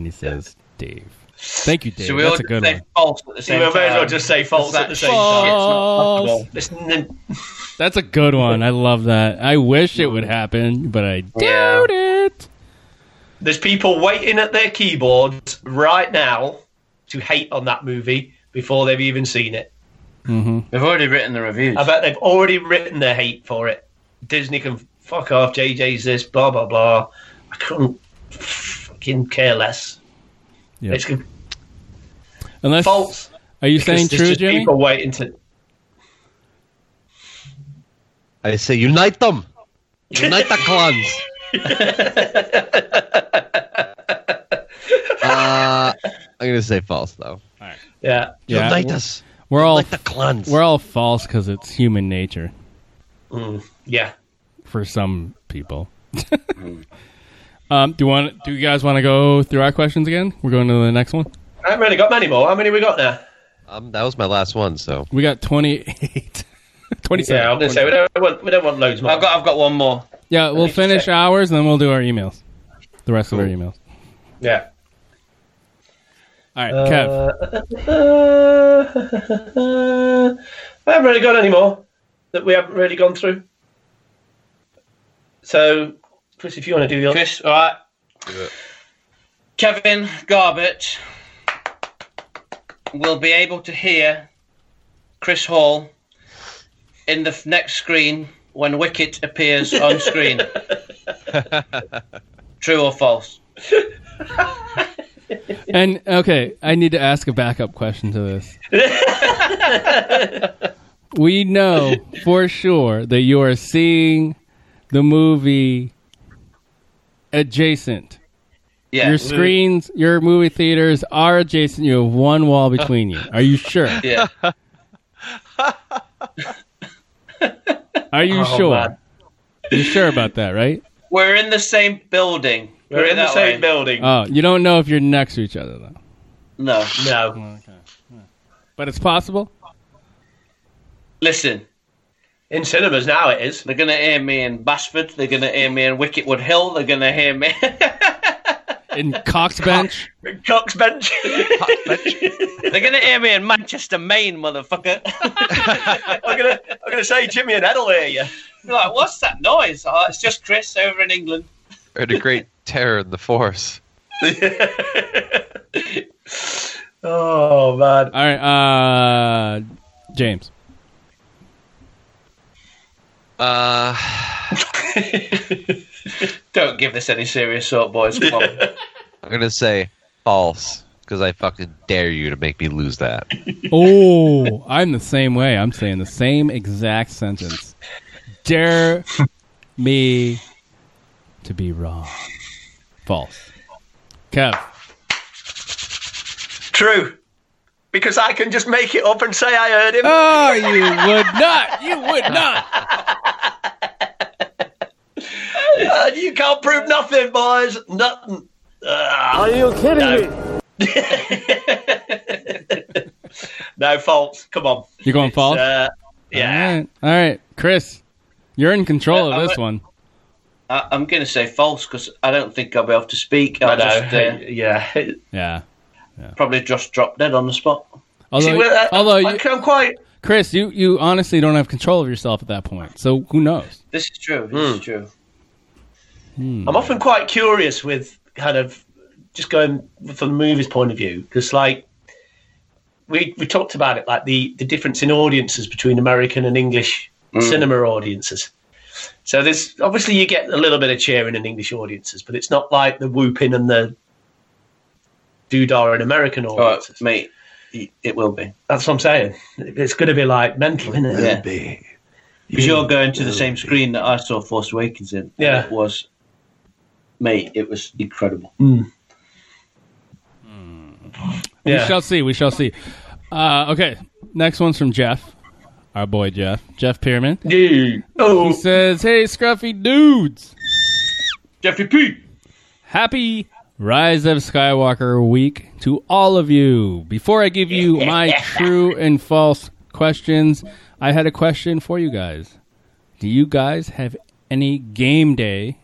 he says, Dave. Thank you, Dave. So we all That's a just good say one. false at the same We may as well time. just say false That at the same shit's time. not possible. It's n- That's a good one. I love that. I wish it would happen, but I Yeah. doubt it. There's people waiting at their keyboards right now to hate on that movie before they've even seen it. We've already written the reviews. I bet they've already written their hate for it. Disney can fuck off. JJ's this. Blah blah blah. I couldn't fucking care less. Yeah. It's con- Unless false. are you Because saying there's true, just Jimmy? People waiting to. I say unite them. Unite the clans. uh, I'm gonna say false though. Yeah. Yeah, unite we're, us. we're all Unite the clans. we're all false because it's human nature Yeah. for some people. um, do you want? Do you guys want to go through our questions again? We're going to the next one. I haven't really got many more. How many we got now? um, that was my last one. So We got 28. 27. Yeah, I'm gonna say we don't want we don't want loads more. I've got I've got one more. Yeah, we'll finish ours and then we'll do our emails. The rest of our emails. yeah. All right, Kev. Uh, I haven't really got any more that we haven't really gone through. So, Chris, if you want to do yours, Chris, all right. Kevin Garbett will be able to hear Chris Hall in the f- next screen when Wicket appears on screen. True or false? And okay, I need to ask a backup question to this. we know for sure that you are seeing the movie adjacent. Yeah. Your screens, your movie theaters are adjacent. You have one wall between you. Are you sure? yeah. Are you Oh, sure? man. You're sure about that, right? We're in the same building. we're Put it in the that same way. building. Oh, you don't know if you're next to each other though. No. no, But it's possible. Listen. In cinemas now, it is. They're gonna hear me in Basford. They're gonna hear me in Wicketwood Hill. They're gonna hear me. in Cox Bench. Cox bench. They're gonna hear me in Manchester, Maine, motherfucker. I'm gonna, I'm gonna say Jimmy and Ed will hear you. They're like, what's that noise? Oh, it's just Chris over in England. Or the great terror in the force. Oh man, All right, uh, James. Uh, Don't give this any serious thought, boys. Come on. I'm gonna say false because I fucking dare you to make me lose that. Oh, I'm the same way. I'm saying the same exact sentence. Dare me to be wrong. False. Kev. true. Because I can just make it up and say I heard him. Oh, you would not. You would not. Uh, you can't prove nothing, boys. Nothing. Ah. Are you kidding me? no faults. Come on. You're going false. Uh, yeah. All right. All right, Chris. You're in control Yeah, of I'm this a- one. I, I'm going to say false because I don't think I'll be able to speak. I'll I just uh, know. Yeah. Yeah. probably just drop dead on the spot. See, Although, well, I, although I, you, am quite. Chris, you, you honestly don't have control of yourself at that point. So who knows? This is true. This is true. I'm often quite curious with kind of just going from the movie's point of view because, like, we we talked about it, like the the difference in audiences between American and English Hmm. cinema audiences. So there's obviously you get a little bit of cheering in English audiences, but it's not like the whooping and the doodah in American All right, audiences. mate. y- It will be That's what I'm saying. It's going to be like mental, isn't it? Yeah. because you're going Hmm. to the same screen that I saw Force Awakens in. and Yeah. it was, mate. It was incredible. Hmm. We Yeah. shall see. We shall see. Uh, okay. Next one's from Jeff, our boy Jeff, Jeff Pierman. Dude. Oh, He says, "Hey, scruffy dudes, Jeffrey P. happy Rise of Skywalker week to all of you. Before I give you my true and false questions, I had a question for you guys. Do you guys have any game day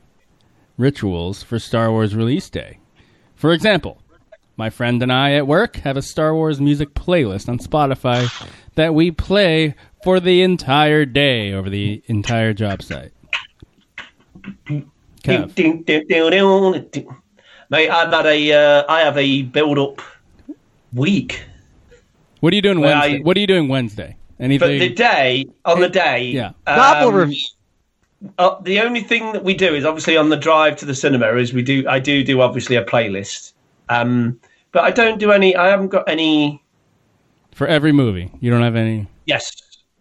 rituals for Star Wars release day? For example, my friend and I at work have a Star Wars music playlist on Spotify that we play for the entire day over the entire job site. Kev. Ding, ding, ding, ding, ding, ding. Mate, I've had a, uh, I have a build-up week, What are you doing Well, I- Wednesday? what are you doing Wednesday? but Anything? the day on the day, Yeah. Um, uh, the only thing that we do is obviously on the drive to the cinema is we do. I do do obviously a playlist, um, but I don't do any. I haven't got any. for every movie, you don't have any. Yes,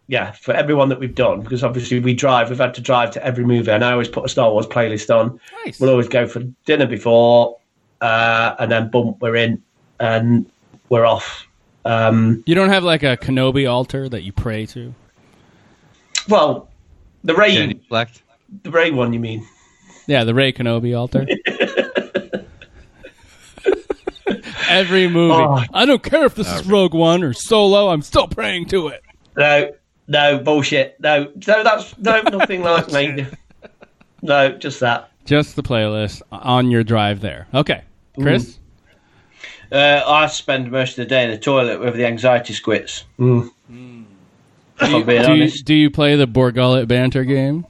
yeah, for everyone that we've done because obviously we drive. We've had to drive to every movie, and I always put a Star Wars playlist on. Nice. We'll always go for dinner before, uh, and then bump, we're in, and we're off. Um, You don't have like a Kenobi altar that you pray to. well, the Can Ray, you deflect? the Ray one, you mean? Yeah, the Ray Kenobi altar. every movie. Oh. I don't care if this is Rogue One or Solo. I'm still praying to it. No, no bullshit. No, no, that's no nothing like me. No, just that. Just the playlist on your drive there. Okay, Chris. Uh, I spend most of the day in the toilet with the anxiety squits. Hmm. If I'm Mm. being Do you, honest, do you play the Borgullet banter game?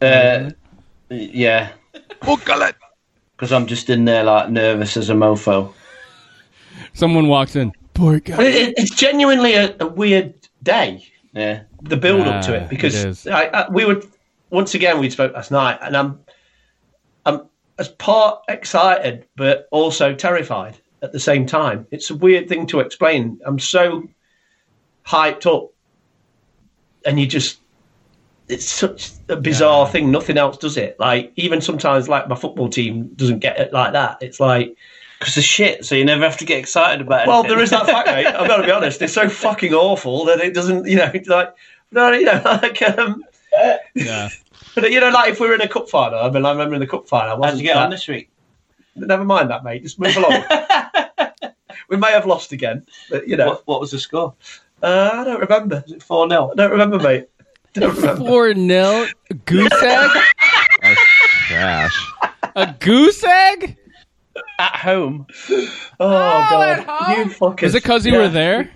uh, yeah, because I'm just in there like nervous as a mofo. Someone walks in. Borgullet. It, it- it's genuinely a, a weird day. Yeah, The build up to Ah, it because it is. I, I, we would once again we spoke last night, and I'm I'm as part excited but also terrified at the same time. It's a weird thing to explain. I'm so hyped up, and you just. It's such a bizarre thing. Nothing else does it. Like even sometimes, like my football team doesn't get it like that. It's like because the shit, so you never have to get excited about it. Well, there is that fact, mate. I've got to be honest. It's so fucking awful that it doesn't, you know, it's like, no, you know, like, um, Yeah. but, you know, like if we were in a cup final, I mean, I remember in the cup final. I How'd wasn't you get that- on this week? Never mind that, mate. Just move along. we may have lost again, but, you know, What, what was the score? uh, I don't remember. Four 0 I don't remember, mate. don't remember. Four nil goose egg. Oh, That's trash. A goose egg? At home. Oh, God. You fucking. Is it because you yeah, were there?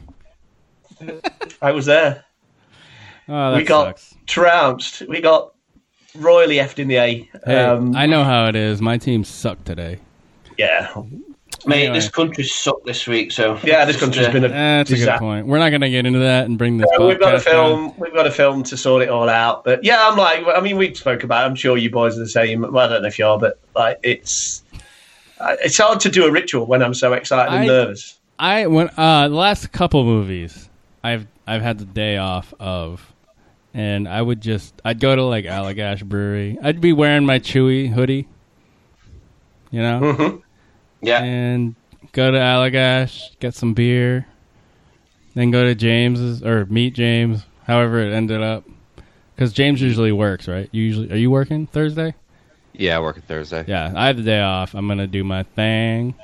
I was there. Oh, that we got sucks. trounced. We got royally effed in the A. Hey, um, I know how it is. My team sucked today. yeah. Mate, Anyway. this country sucked this week, so. uh, Yeah, this country's been a That's a good disaster. point. We're not going to get into that and bring this. Uh, we've got a podcast film. We've got a film to sort it all out. But yeah, I'm like, I mean, we spoke about. It. I'm sure you boys are the same. Well, I don't know if you are, but like, it's uh, it's hard to do a ritual when I'm so excited and I- nervous. I when uh the last couple movies I've I've had the day off of and I would just I'd go to like Allagash Brewery. I'd be wearing my Chewy hoodie. You know? Yeah. And go to Allagash, get some beer, then go to James's or meet James, however it ended up. Cuz James usually works, right? You usually are you working Thursday? Yeah, working Thursday. yeah, I have the day off. I'm gonna do my thing.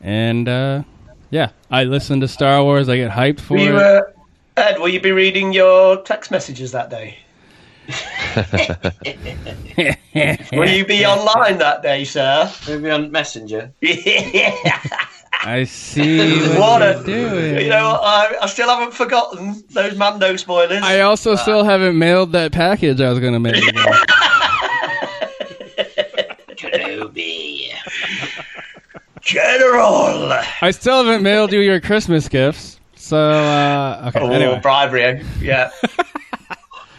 And uh yeah, I listen to Star Wars. I get hyped for Will you, it. uh, Ed, will you be reading your text messages that day? will you be online that day, sir? Maybe on Messenger. yeah. I see what, What a- you're doing. You know, I, I still haven't forgotten those Mando spoilers. I also still haven't mailed that package I was gonna mail. you. Kenobi. General. I still haven't mailed you your Christmas gifts. So uh okay. Oh, anyway. bribery. Yeah.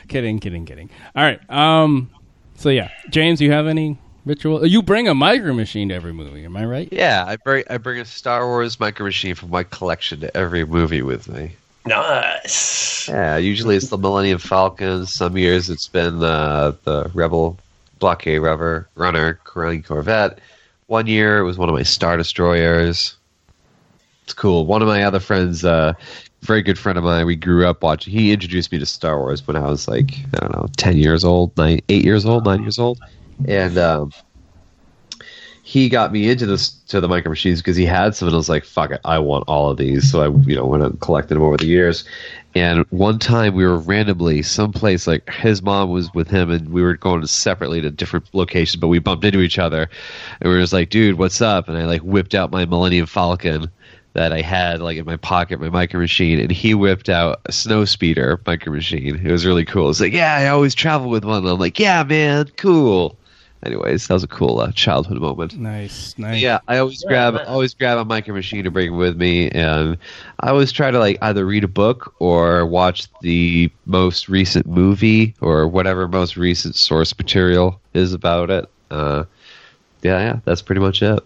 kidding, kidding, kidding. All right. Um so yeah. James, you have any ritual Uh, you bring a micro machine to every movie, am I right? Yeah, I bring I bring a Star Wars micro machine from my collection to every movie with me. Nice. Yeah, usually it's the Millennium Falcon. Some years it's been the the Rebel blockade rubber runner Corellian Corvette. One year it was one of my Star Destroyers. It's cool. One of my other friends, uh, very good friend of mine, we grew up watching. He introduced me to Star Wars when I was like I don't know, ten years old, nine, eight years old, nine years old, and um, he got me into this to the micro machines because he had some and I was like, fuck it, I want all of these. So I you know went and collected them over the years. And one time we were randomly someplace like his mom was with him and we were going separately to different locations, but we bumped into each other and we were just like, dude, what's up? And I like whipped out my Millennium Falcon that I had like in my pocket, my micro machine, and he whipped out a snow speeder micro machine. It was really cool. It's like, yeah, I always travel with one. And I'm like, yeah, man, cool. Anyways, that was a cool uh, childhood moment. Nice, nice. Yeah, I always grab always grab a micro machine to bring with me, and I always try to like either read a book or watch the most recent movie or whatever most recent source material is about it. Uh, yeah, yeah, that's pretty much it.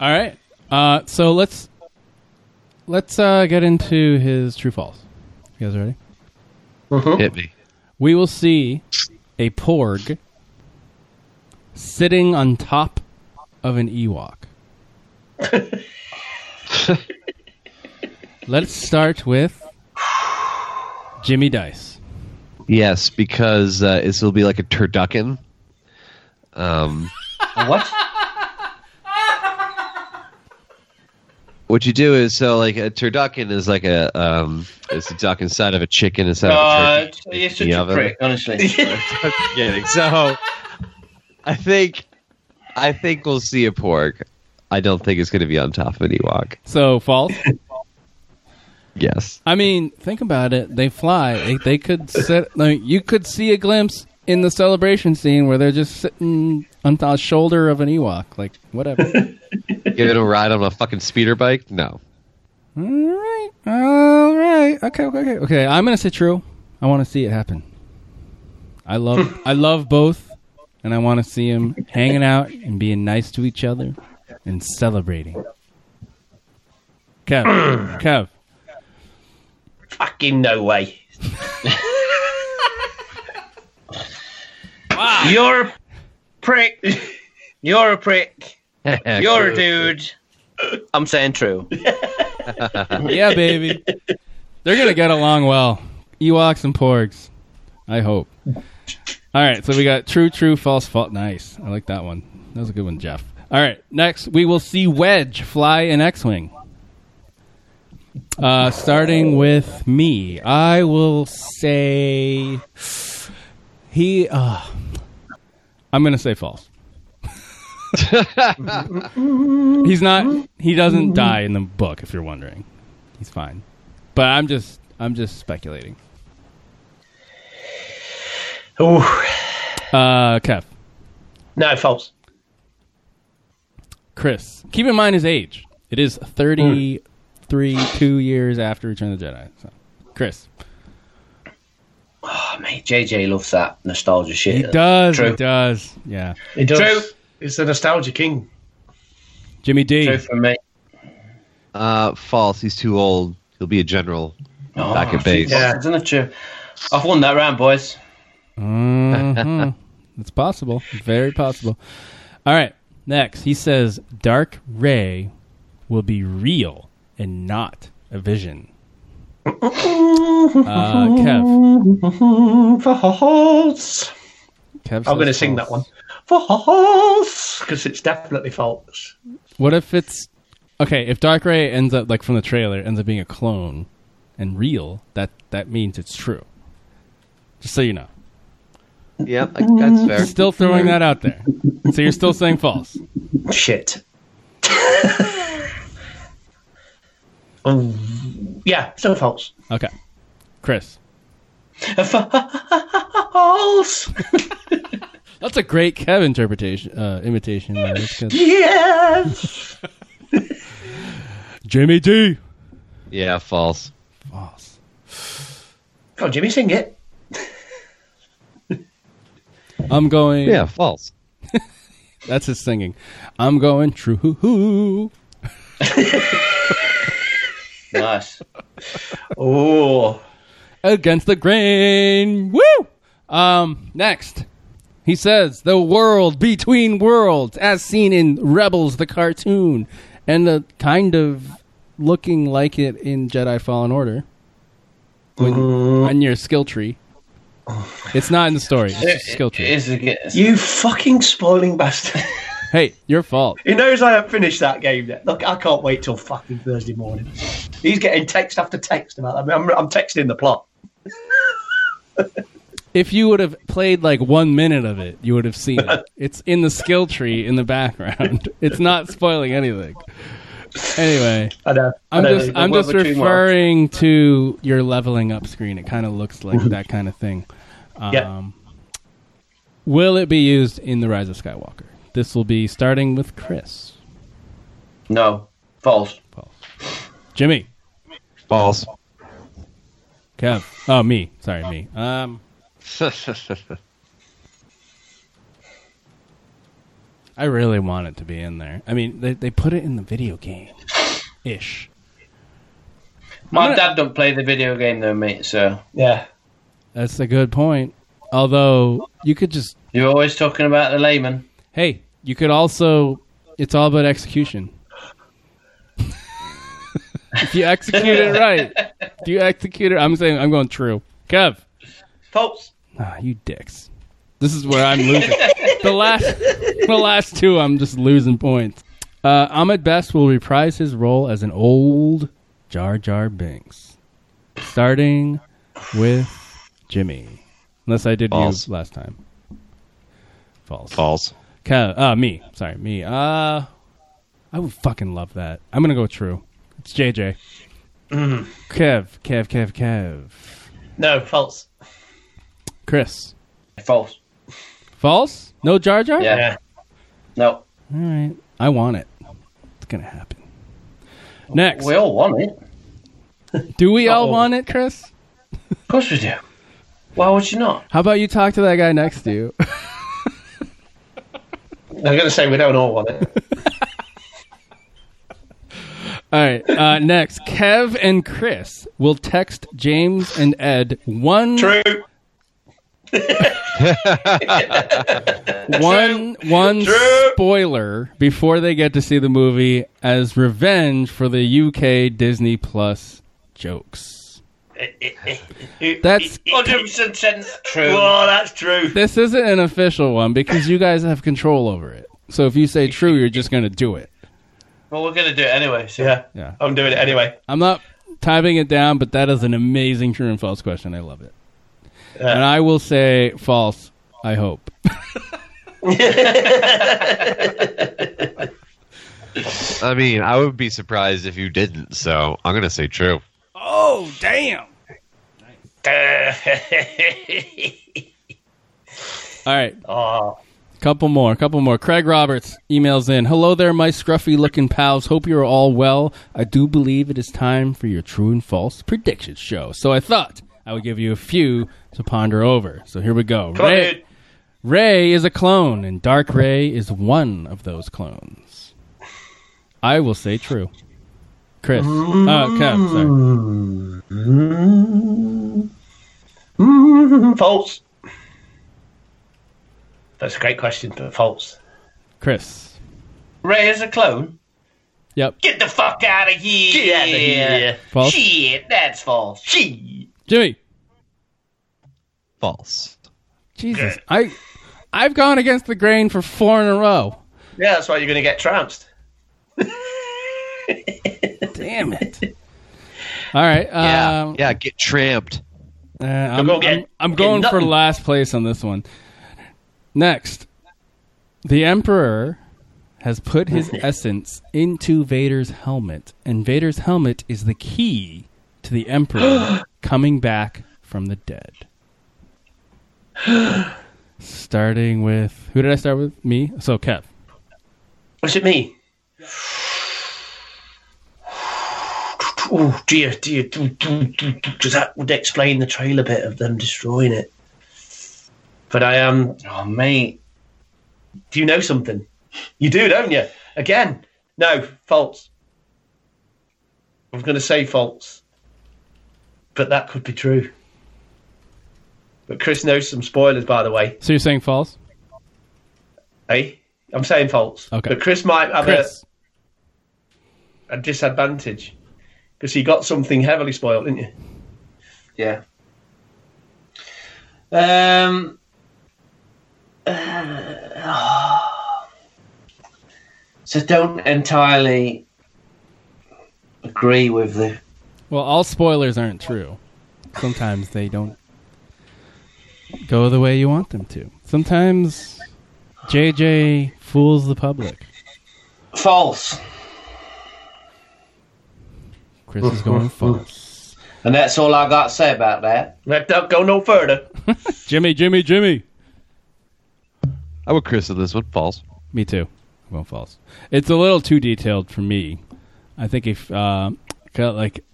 All right. Uh, so let's let's uh, get into his true false. You guys ready? Hit me. We will see a porg sitting on top of an Ewok. let's start with Jimmy Dice. Yes, because uh, this will be like a turducken. Um, What? what you do is so like a turducken is like a um, it's a duck inside of a chicken inside of a Uh, turkey. you're in such the a oven. prick, honestly. kidding. So I think I think we'll see a pork. I don't think it's going to be on top of an Ewok. So false. Yes. I mean, think about it. They fly. They, they could sit. Like, you could see a glimpse in the celebration scene where they're just sitting on the shoulder of an Ewok. Like whatever. Give it a ride on a fucking speeder bike? No. all right. All right. Okay. Okay. Okay. Okay. I'm gonna say true. I want to see it happen. I love. I love both, and I want to see them hanging out and being nice to each other and celebrating. Kev. Kev. Fucking no way. You're a prick. You're a prick. You're a True. dude. I'm saying true. Yeah, baby. They're gonna get along well. Ewoks and Porgs. I hope. All right, so we got true, true, false, false. Nice. I like that one. That was a good one, Jeff. All right, next we will see Wedge fly an X-wing. Uh, starting with me, I will say he. Uh, I'm going to say false. He's not. He doesn't die in the book. If you're wondering, he's fine. But I'm just. I'm just speculating. Ooh. Uh, Kev, No, false. Chris, keep in mind his age. It is 33, two years after Return of the Jedi. So, Chris, Oh, mate, JJ loves that nostalgia shit. he does. He does. Yeah. He does. True. It's the nostalgia king. Jimmy D. True for me. Uh, false. He's too old. He'll be a general Oh, back at base. Yeah, isn't it true? I've won that round, boys. Mhm. it's possible. Very possible. All right. Next, he says Dark Ray will be real and not a vision. Uh, Kev. False. Kev says I'm going to sing that false. one. False, because it's definitely false. What if it's okay? If Dark Ray ends up like from the trailer ends up being a clone and real, that that means it's true. Just so you know, Yep, I- that's fair. still throwing that out there. So you're still saying false. Shit. oh, yeah, still false. Okay, Chris, False. that's a great Kev interpretation uh, imitation. there. That's good. Yes. Jimmy D. Yeah, false. False. Come on, Jimmy, sing it. I'm going. Yeah, false. that's his singing. I'm going true. Nice. Oh, against the grain. Woo! Um, next. He says the world between worlds, as seen in Rebels, the cartoon, and the kind of looking like it in Jedi Fallen Order. When, on your skill tree. It's not in the story. It's just a skill tree. Is it- you fucking spoiling bastard. Hey, your fault. He knows I haven't finished that game yet. Look, I can't wait till fucking Thursday morning. He's getting text after text about that. I am I'm texting the plot. If you would have played like one minute of it, you would have seen it. It's in the skill tree in the background. It's not spoiling anything. Anyway. I know. I I'm know. just I'm Well, just between worlds. referring to your leveling up screen. It kind of looks like that kind of thing. Um, yeah. Will it be used in the Rise of Skywalker? This will be starting with Chris, no, false. Jimmy, False. Kev. Oh, me. Sorry, me. Um, I really want it to be in there. I mean, they they put it in the video game, ish. My gonna- dad don't play the video game though, mate. So Yeah. That's a good point. Although you could just you're always talking about the layman. Hey, you could also. It's all about execution. if you execute it right, if you execute it. I'm saying I'm going true. Kev, False. ah, you dicks. This is where I'm losing. the last, the last two, I'm just losing points. Uh, Ahmed Best will reprise his role as an old Jar Jar Binks, starting with Jimmy. Unless I did False. you last time. False. False. Kev, uh, me. Sorry, me. Uh, I would fucking love that. I'm gonna go true. It's JJ. Mm-hmm. Kev, Kev, Kev, Kev. No, false. Chris. False. False? No Jar Jar? Yeah. Yeah. No, All right. I want it. It's gonna happen. Next. we all want it. Of do we all Uh-oh. want it, Chris? course we do. Why would you not? How about you talk to that guy next to you? I'm going to say we don't all want it. All right. Uh, next, Kev and Chris will text James and Ed one True. one one True. spoiler before they get to see the movie as revenge for the UK Disney Plus jokes. That's- 100% sense. True. Oh, that's true. This isn't an official one because you guys have control over it. So if you say true, you're just going to do it. Well, we're gonna do it anyway. So Yeah. Yeah. I'm doing it anyway. I'm not typing it down, but that is an amazing true and false question. I love it. and I will say false, I hope. I mean, I would be surprised if you didn't, so I'm going to say true. Oh, damn. All right. Couple more, couple more. Craig Roberts emails in. Hello there, my scruffy looking pals. Hope you're all well. I do believe it is time for your true and false prediction show. So I thought I would give you a few to ponder over. So here we go. Come on, Ray, dude. Ray is a clone, and Dark Ray is one of those clones. I will say true. Chris. Oh, Kev, sorry. Mm. Mm, false. That's a great question, but false. Chris. Ray is a clone. Yep. Get the fuck out of here. Get out of here. False? Shit, that's false. Shit. Jimmy. False. Jesus. I I've gone against the grain for four in a row. Yeah, that's why you're going to get trounced. Damn it. All right. Yeah, Um, yeah, get tramped. uh, I'm, go get- I'm- I'm get going for nothing. last place on this one. Next, the Emperor has put his essence into Vader's helmet, and Vader's helmet is the key to the Emperor coming back from the dead. Starting with who did I start with? Me. So Kev. Was it me? Oh dear, dear. do, do, do, do, Does that would explain the trailer bit of them destroying it? But I am. oh mate, do you know something? You do, don't you? Again, no, false. I was going to say false, but that could be true. But Chris knows some spoilers, by the way. So you're saying false? Hey, Eh? I'm saying false. Okay. But Chris might have Chris. A, a disadvantage because he got something heavily spoiled, didn't you? Yeah. Um. uh, so don't entirely agree with the. Well, all spoilers aren't true. Sometimes they don't go the way you want them to. Sometimes JJ fools the public. False. Chris is going false. And that's all I got to say about that. Let that go no further. Jimmy, Jimmy, Jimmy. I would Chris on this one. False. Me too. I'm going false. It's a little too detailed for me. I think if uh, got, like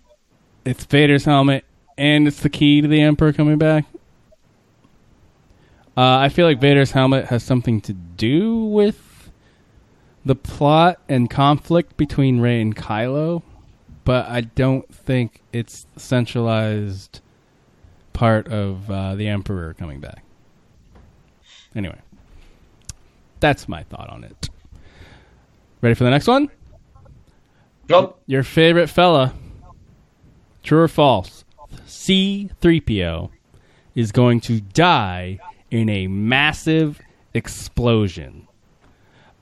it's Vader's helmet and it's the key to the Emperor coming back. Uh, I feel like Vader's helmet has something to do with the plot and conflict between Rey and Kylo, but I don't think it's centralized part of uh, the Emperor coming back. Anyway, that's my thought on it. Ready for the next one? Go. Your favorite fella, true or false, C3PO is going to die in a massive explosion.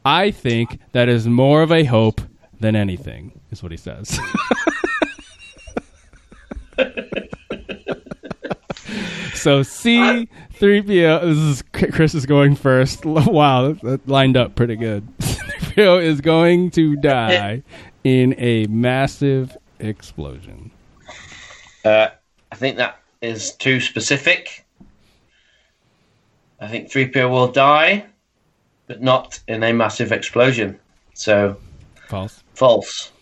I think that is more of a hope than anything, is what he says. so C3PO, this is Chris is going first. Wow, that, that lined up pretty good. C3PO is going to die in a massive explosion. Uh, I think that is too specific. I think 3PO will die, but not in a massive explosion. So, False. false.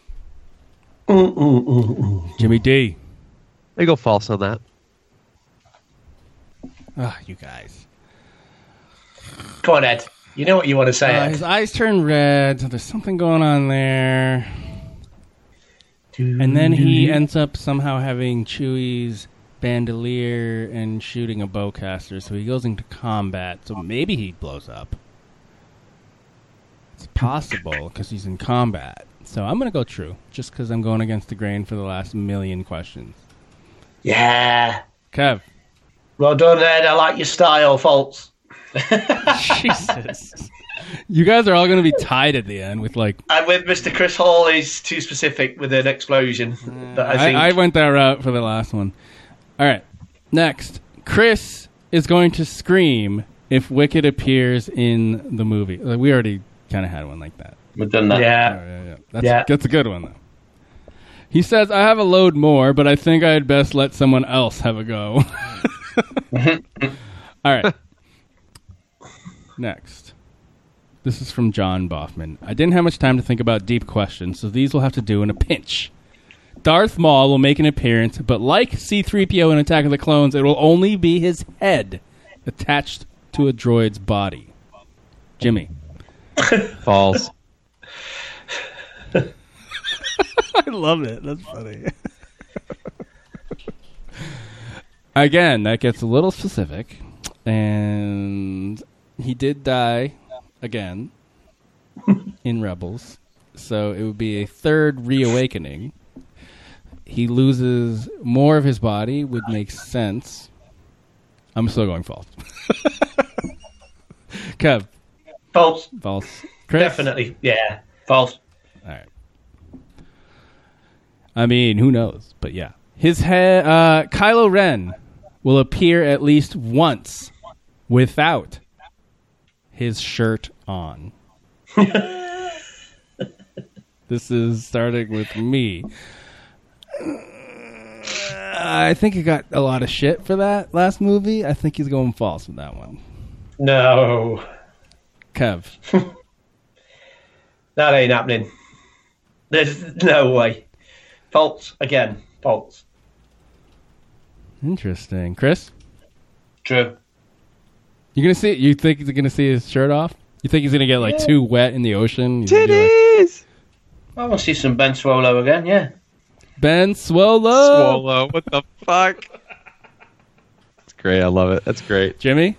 Jimmy D. They go false on that. Ah, you guys. Come on, Ed. You know what you want to say. Uh, Ed. his eyes turn red, so there's something going on there. And then he ends up somehow having Chewie's bandolier and shooting a bowcaster, so he goes into combat. So maybe he blows up. It's possible because he's in combat. So I'm gonna go true, just because I'm going against the grain for the last million questions. Yeah. Kev, Well done, Ed. I like your style. False. Jesus. You guys are all going to be tied at the end with like. And with Mr. Chris Hall, he's too specific with an explosion. that I I, think. I went that route for the last one. All right. Next, Chris is going to scream if Wicked appears in the movie. Like, we already kind of had one like that. We've done that. Yeah. Oh, yeah, yeah. That's, Yeah. that's a good one, though. He says, I have a load more, but I think I'd best let someone else have a go. All right. Next. This is from John Boffman. I didn't have much time to think about deep questions, so these will have to do in a pinch. Darth Maul will make an appearance, but like C3PO in Attack of the Clones, it will only be his head attached to a droid's body. Jimmy. False. I love it. That's funny. Again, that gets a little specific. And he did die again in Rebels. So it would be a third reawakening. He loses more of his body, would make sense. I'm still going false. Kev. False. False. Chris? Definitely. Yeah. False. All right. I mean, who knows? But yeah, his head. Uh, Kylo Ren will appear at least once without his shirt on. this is starting with me. I think he got a lot of shit for that last movie. I think he's going false with that one. No. Kev. That ain't happening. There's no way. False. Again. False. Interesting. Chris? True. You gonna see? You think he's gonna see his shirt off? You think he's gonna get like Yeah. too wet in the ocean? He's gonna be like, Titties. I want to see some Ben Swallow again. Yeah. ben Swallow. Oh. Swallow, What the fuck? That's great. I love it. That's great. Jimmy?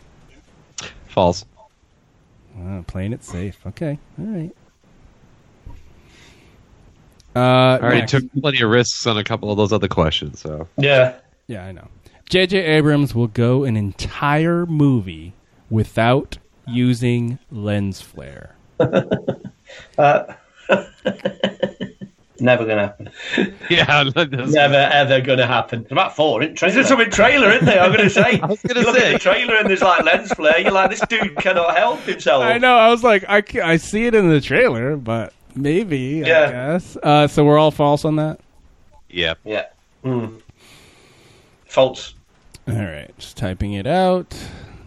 False. Wow, playing it safe. Okay. All right. Uh, I already next. took plenty of risks on a couple of those other questions, so. Yeah. Yeah, I know. J.J. Abrams will go an entire movie without using lens flare. Never gonna happen. Yeah, never ever gonna happen. It's about four, isn't it? There's a trailer, isn't there? I'm gonna say. I was gonna you look at the trailer and there's like lens flare. You're like, this dude cannot help himself. I know. I was like, I, ca- I see it in the trailer, but maybe. I Yeah. guess. Uh, so we're all false on that. Yeah. Yeah. Mm. False. All right, just typing it out.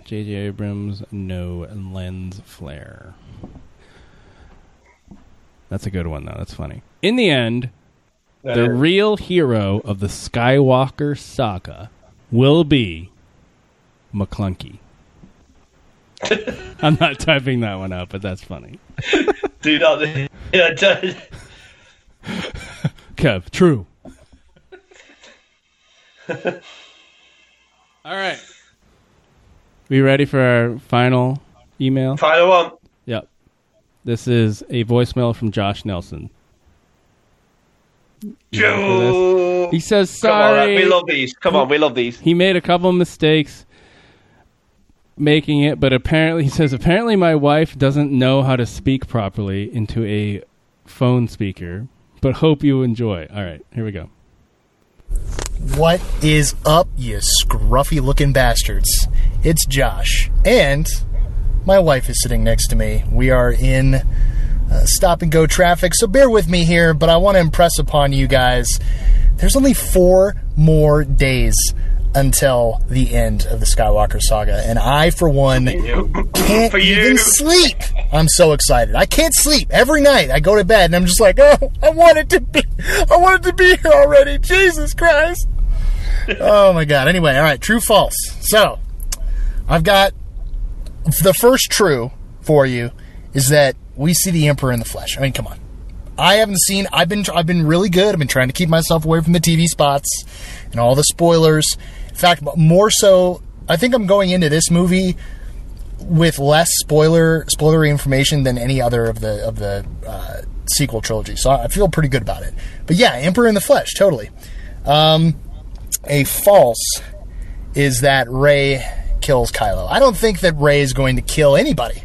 J.J. Abrams, no lens flare. That's a good one, though. That's funny. In the end, the Uh, real hero of the Skywalker saga will be McClunky. I'm not typing that one out, but that's funny. Do not. Yeah, don't- Kev, true. All right. We ready for our final email? Final one. Yep. This is a voicemail from Josh Nelson. Joe. He says Come on, sorry. we love these. Come on, we love these. He made a couple mistakes making it, but apparently he says apparently my wife doesn't know how to speak properly into a phone speaker. But hope you enjoy. All right, here we go. What is up, you scruffy looking bastards? It's Josh. And my wife is sitting next to me. We are in uh, stop and go traffic, so bear with me here, but I want to impress upon you guys there's only four more days until the end of the Skywalker saga, and I, for one, can't even sleep. I'm so excited. I can't sleep every night. I go to bed and I'm just like, oh, I want it to be, I want it to be here already. Jesus Christ! oh my God. Anyway, all right. True, false. So, I've got the first true for you is that we see the Emperor in the flesh. I mean, come on. I haven't seen. I've been. I've been really good. I've been trying to keep myself away from the TV spots and all the spoilers. In fact, more so, I think I'm going into this movie with less spoiler spoilery information than any other of the of the uh, sequel trilogy. So I feel pretty good about it. But yeah, Emperor in the Flesh, totally. Um, a false is that Ray kills Kylo. I don't think that Ray is going to kill anybody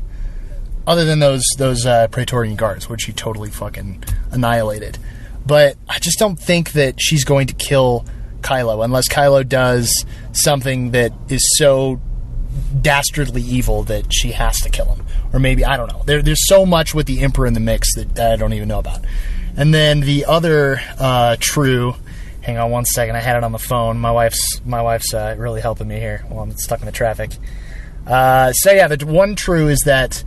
other than those those uh, Praetorian guards, which she totally fucking annihilated. But I just don't think that she's going to kill Kylo unless Kylo does something that is so dastardly evil that she has to kill him, or maybe I don't know. There, there's so much with the Emperor in the mix that, that I don't even know about. And then the other uh, true. Hang on one second. I had it on the phone. My wife's my wife's uh, really helping me here while I'm stuck in the traffic. Uh, so yeah, the one true is that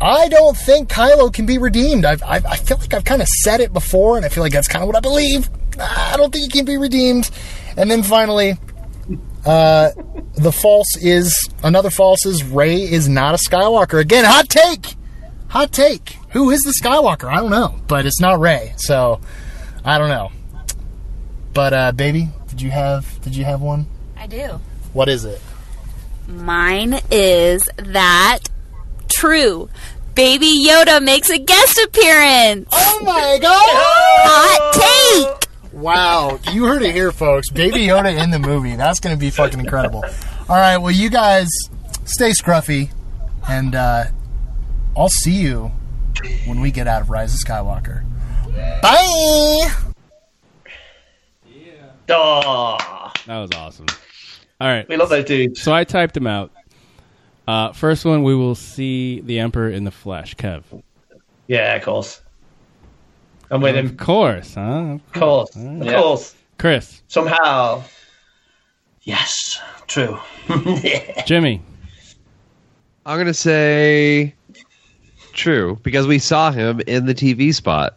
I don't think Kylo can be redeemed. I've, I've, I feel like I've kind of said it before, and I feel like that's kind of what I believe. I don't think he can be redeemed. And then finally, uh, the false is another false is Ray is not a Skywalker. Again, hot take, hot take. Who is the Skywalker? I don't know, but it's not Ray, so I don't know. But uh, baby, did you have did you have one? I do. What is it? Mine is that true. Baby Yoda makes a guest appearance. Oh my god! Hot take. Wow, you heard it here, folks. Baby Yoda in the movie. That's going to be fucking incredible. All right, well, you guys stay scruffy, and uh, I'll see you when we get out of Rise of Skywalker. Bye. Duh. That was awesome. All right. We love those dudes. So I typed them out. Uh, first one, we will see the Emperor in the flesh, Kev. Yeah, of course. I'm with Of him. course, huh? Of course. Of All right. course. Chris, Somehow. Yes. True. Jimmy. I'm gonna say true because we saw him in the TV spot.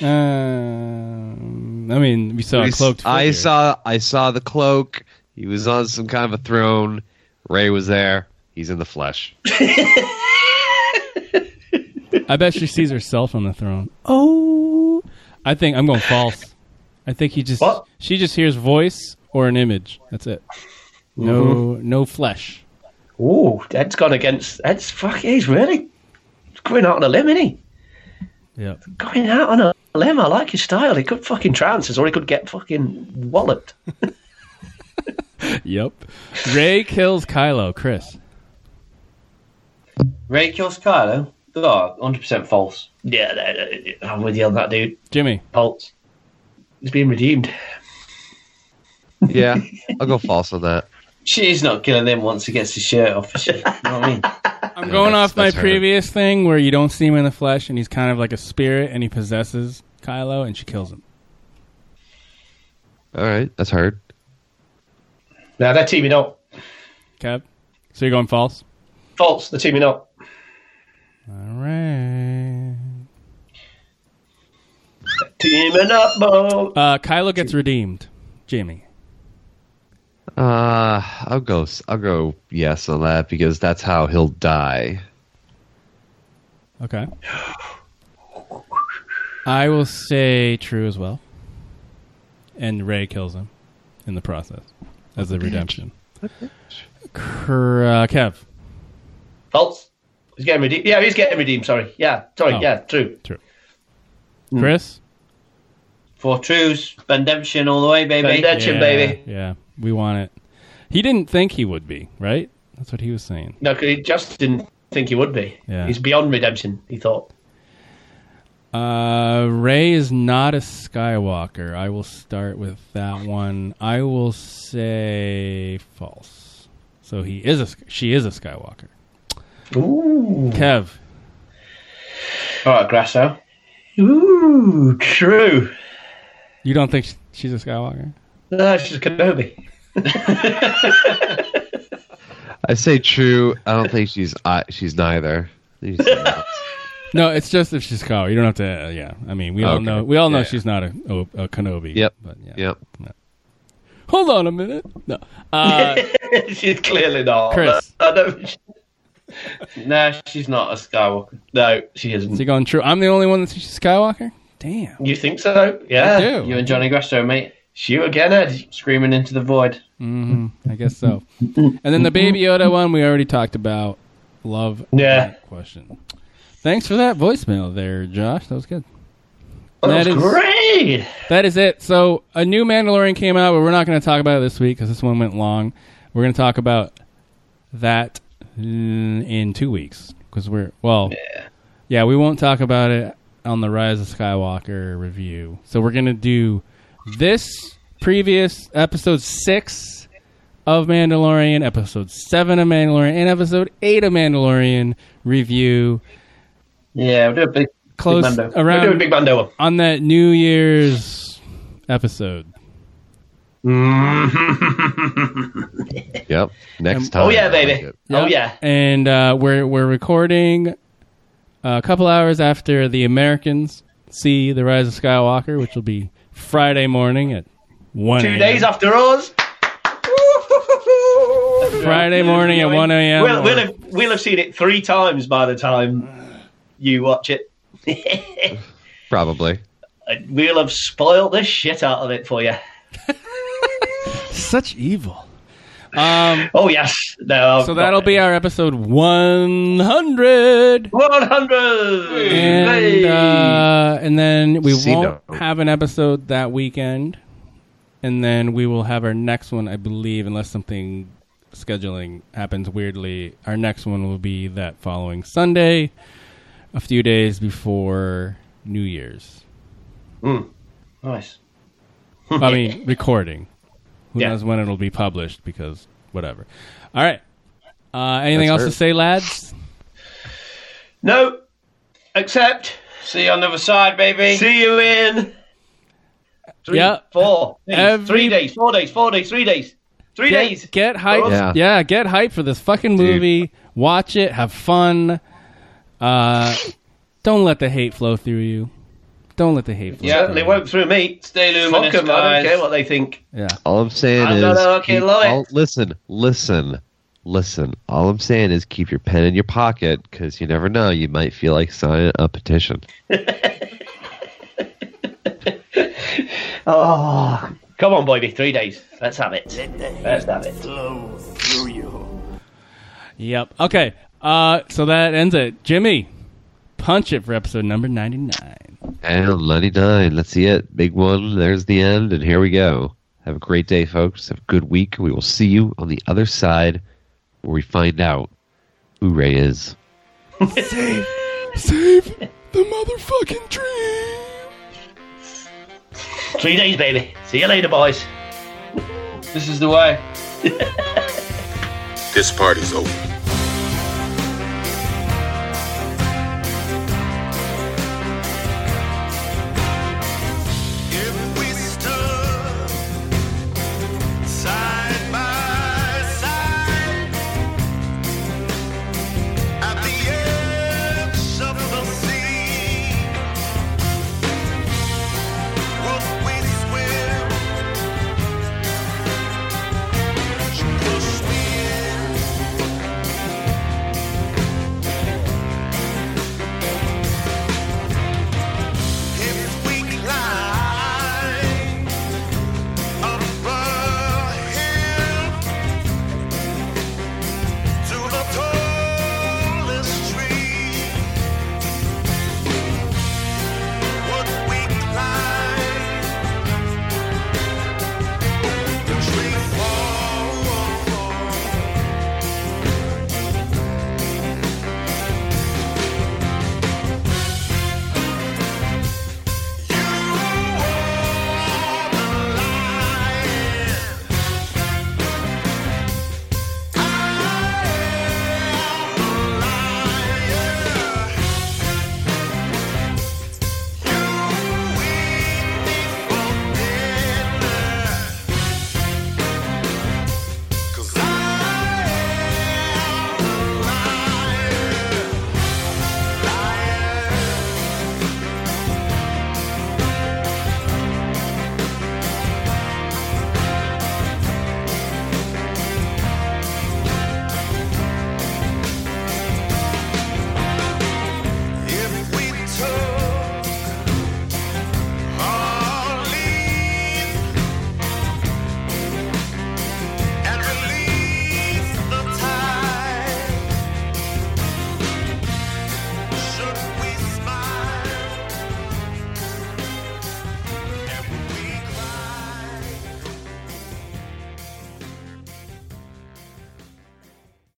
Um, I mean, we saw We a s- cloaked. I figure. saw I saw the cloak. He was on some kind of a throne. Ray was there. He's in the flesh. I bet she sees herself on the throne. Oh, I think I'm going false. I think he just she just hears voice or an image. That's it. No, no flesh. Ooh, Ed's gone against. Ed's fuck. He's really he's going out on a limb, isn't he? Yeah. Going out on a limb. I like his style. He could fucking trances, or he could get fucking walloped. Yep. Ray kills Kylo. Chris. Ray kills Kylo. Oh, 100% false. Yeah, no, no, no, I'm with you on that, dude. Jimmy. Pulse. He's being redeemed. Yeah, I'll go false on that. She's not killing him once he gets his shirt off. She, you know what I mean? I'm going off my that's her. previous thing where you don't see him in the flesh and he's kind of like a spirit and he possesses Kylo and she kills him. All right, that's hard. Now they're teaming up. Kev. So you're going false? False. They're teaming up. All right. Teaming up, Mo. Uh, Kylo gets redeemed. Jimmy. Uh, I'll go. s- I'll go yes on that because that's how he'll die. Okay. I will say true as well. And Ray kills him in the process as the redemption. Cr- uh, Kev. False. He's getting redeemed. Yeah, he's getting redeemed. Sorry. Yeah. Sorry. Oh. Yeah. True. True. Chris? Four trues. Redemption all the way, baby. Redemption, Yeah, baby. Yeah, we want it. He didn't think he would be, right? That's what he was saying. No, 'cause he just didn't think he would be. Yeah. He's beyond redemption. He thought. Uh, Ray is not a Skywalker. I will start with that one. I will say false. So he is a Sk- she is a Skywalker. Ooh. Kev, All right, Grasso. Ooh, true. you don't think sh- she's a Skywalker? No, she's Kenobi. I say true. I don't think she's. I, she's neither. She's- No, it's just if she's Skywalker. You don't have to. Uh, yeah, I mean, we all Okay. know. We all know Yeah, she's not a, a, a Kenobi. yep. But yeah. Yep. Hold on a minute. No. Uh, she's clearly not. Chris. I don't- No, she's not a Skywalker. No, she isn't. is he going true? I'm the only one that's she's a Skywalker. Damn. You think so? Yeah. I do. You and Johnny Grasso, mate. It's you again, Ed. Screaming into the void. hmm I guess so. And then the Baby Yoda one we already talked about. Love Yeah. that question. Thanks for that voicemail there, Josh. That was good. Oh, that That was is- great. That is it. So a new Mandalorian came out, but we're not going to talk about it this week because this one went long. We're going to talk about that mm, in two weeks because we're well, yeah. we won't talk about it on the Rise of Skywalker review. So we're gonna do this previous episode six of Mandalorian, episode seven of Mandalorian, and episode eight of Mandalorian review. Yeah, we'll do a big close big Mando. around We'll do a big Mando one. on that New Year's episode. Yep. Next And- time. Oh, yeah, baby. Oh, yeah. And uh, we're we're recording uh, a couple hours after the Americans see the Rise of Skywalker, which will be Friday morning at one. Two a.m. days after us. Friday morning at one a.m. We'll, we'll, or- have, we'll have seen it three times by the time you watch it. Probably. And we'll have spoiled the shit out of it for you. Such evil. Um, oh yes. No. I've so got that'll it. be our episode one hundred. 100. And Hey. uh, and then we See, won't have an episode that weekend, and then we will have our next one, I believe, unless something scheduling happens weirdly. Our next one will be that following Sunday, a few days before New Year's. Nice. I mean, recording. Who Yeah. knows when it'll be published? Because whatever. All right. Uh, anything That's else her. to say, lads? No. Except. See you on the other side, baby. See you in. Three, Yeah. Four. Days, Every- Three days. Four days. Four days. Three days. Three Get- days. Get hyped. Yeah. Yeah. get hyped for this fucking movie. Watch it. Have fun. Uh, don't let the hate flow through you. Don't let the hate flow Yeah, through they won't through me. Stay luminous, Fuck 'em, I guys. don't care what they think. Yeah. All I'm saying I'm is, not a lucky keep- lawyer. all- listen, listen, listen. All I'm saying is, keep your pen in your pocket because you never know. You might feel like signing a petition. Oh, come on, baby. Three days. Let's have it. Let's have it. you. Yep. Okay. Uh, so that ends it. Jimmy, punch it for episode number 99. And 99. Let's see it. Big one. There's the end. And here we go. Have a great day, folks. Have a good week. We will see you on the other side where we find out who Ray is. save, save the motherfucking dream. Three days, baby. See you later, boys. This is the way. This party's over.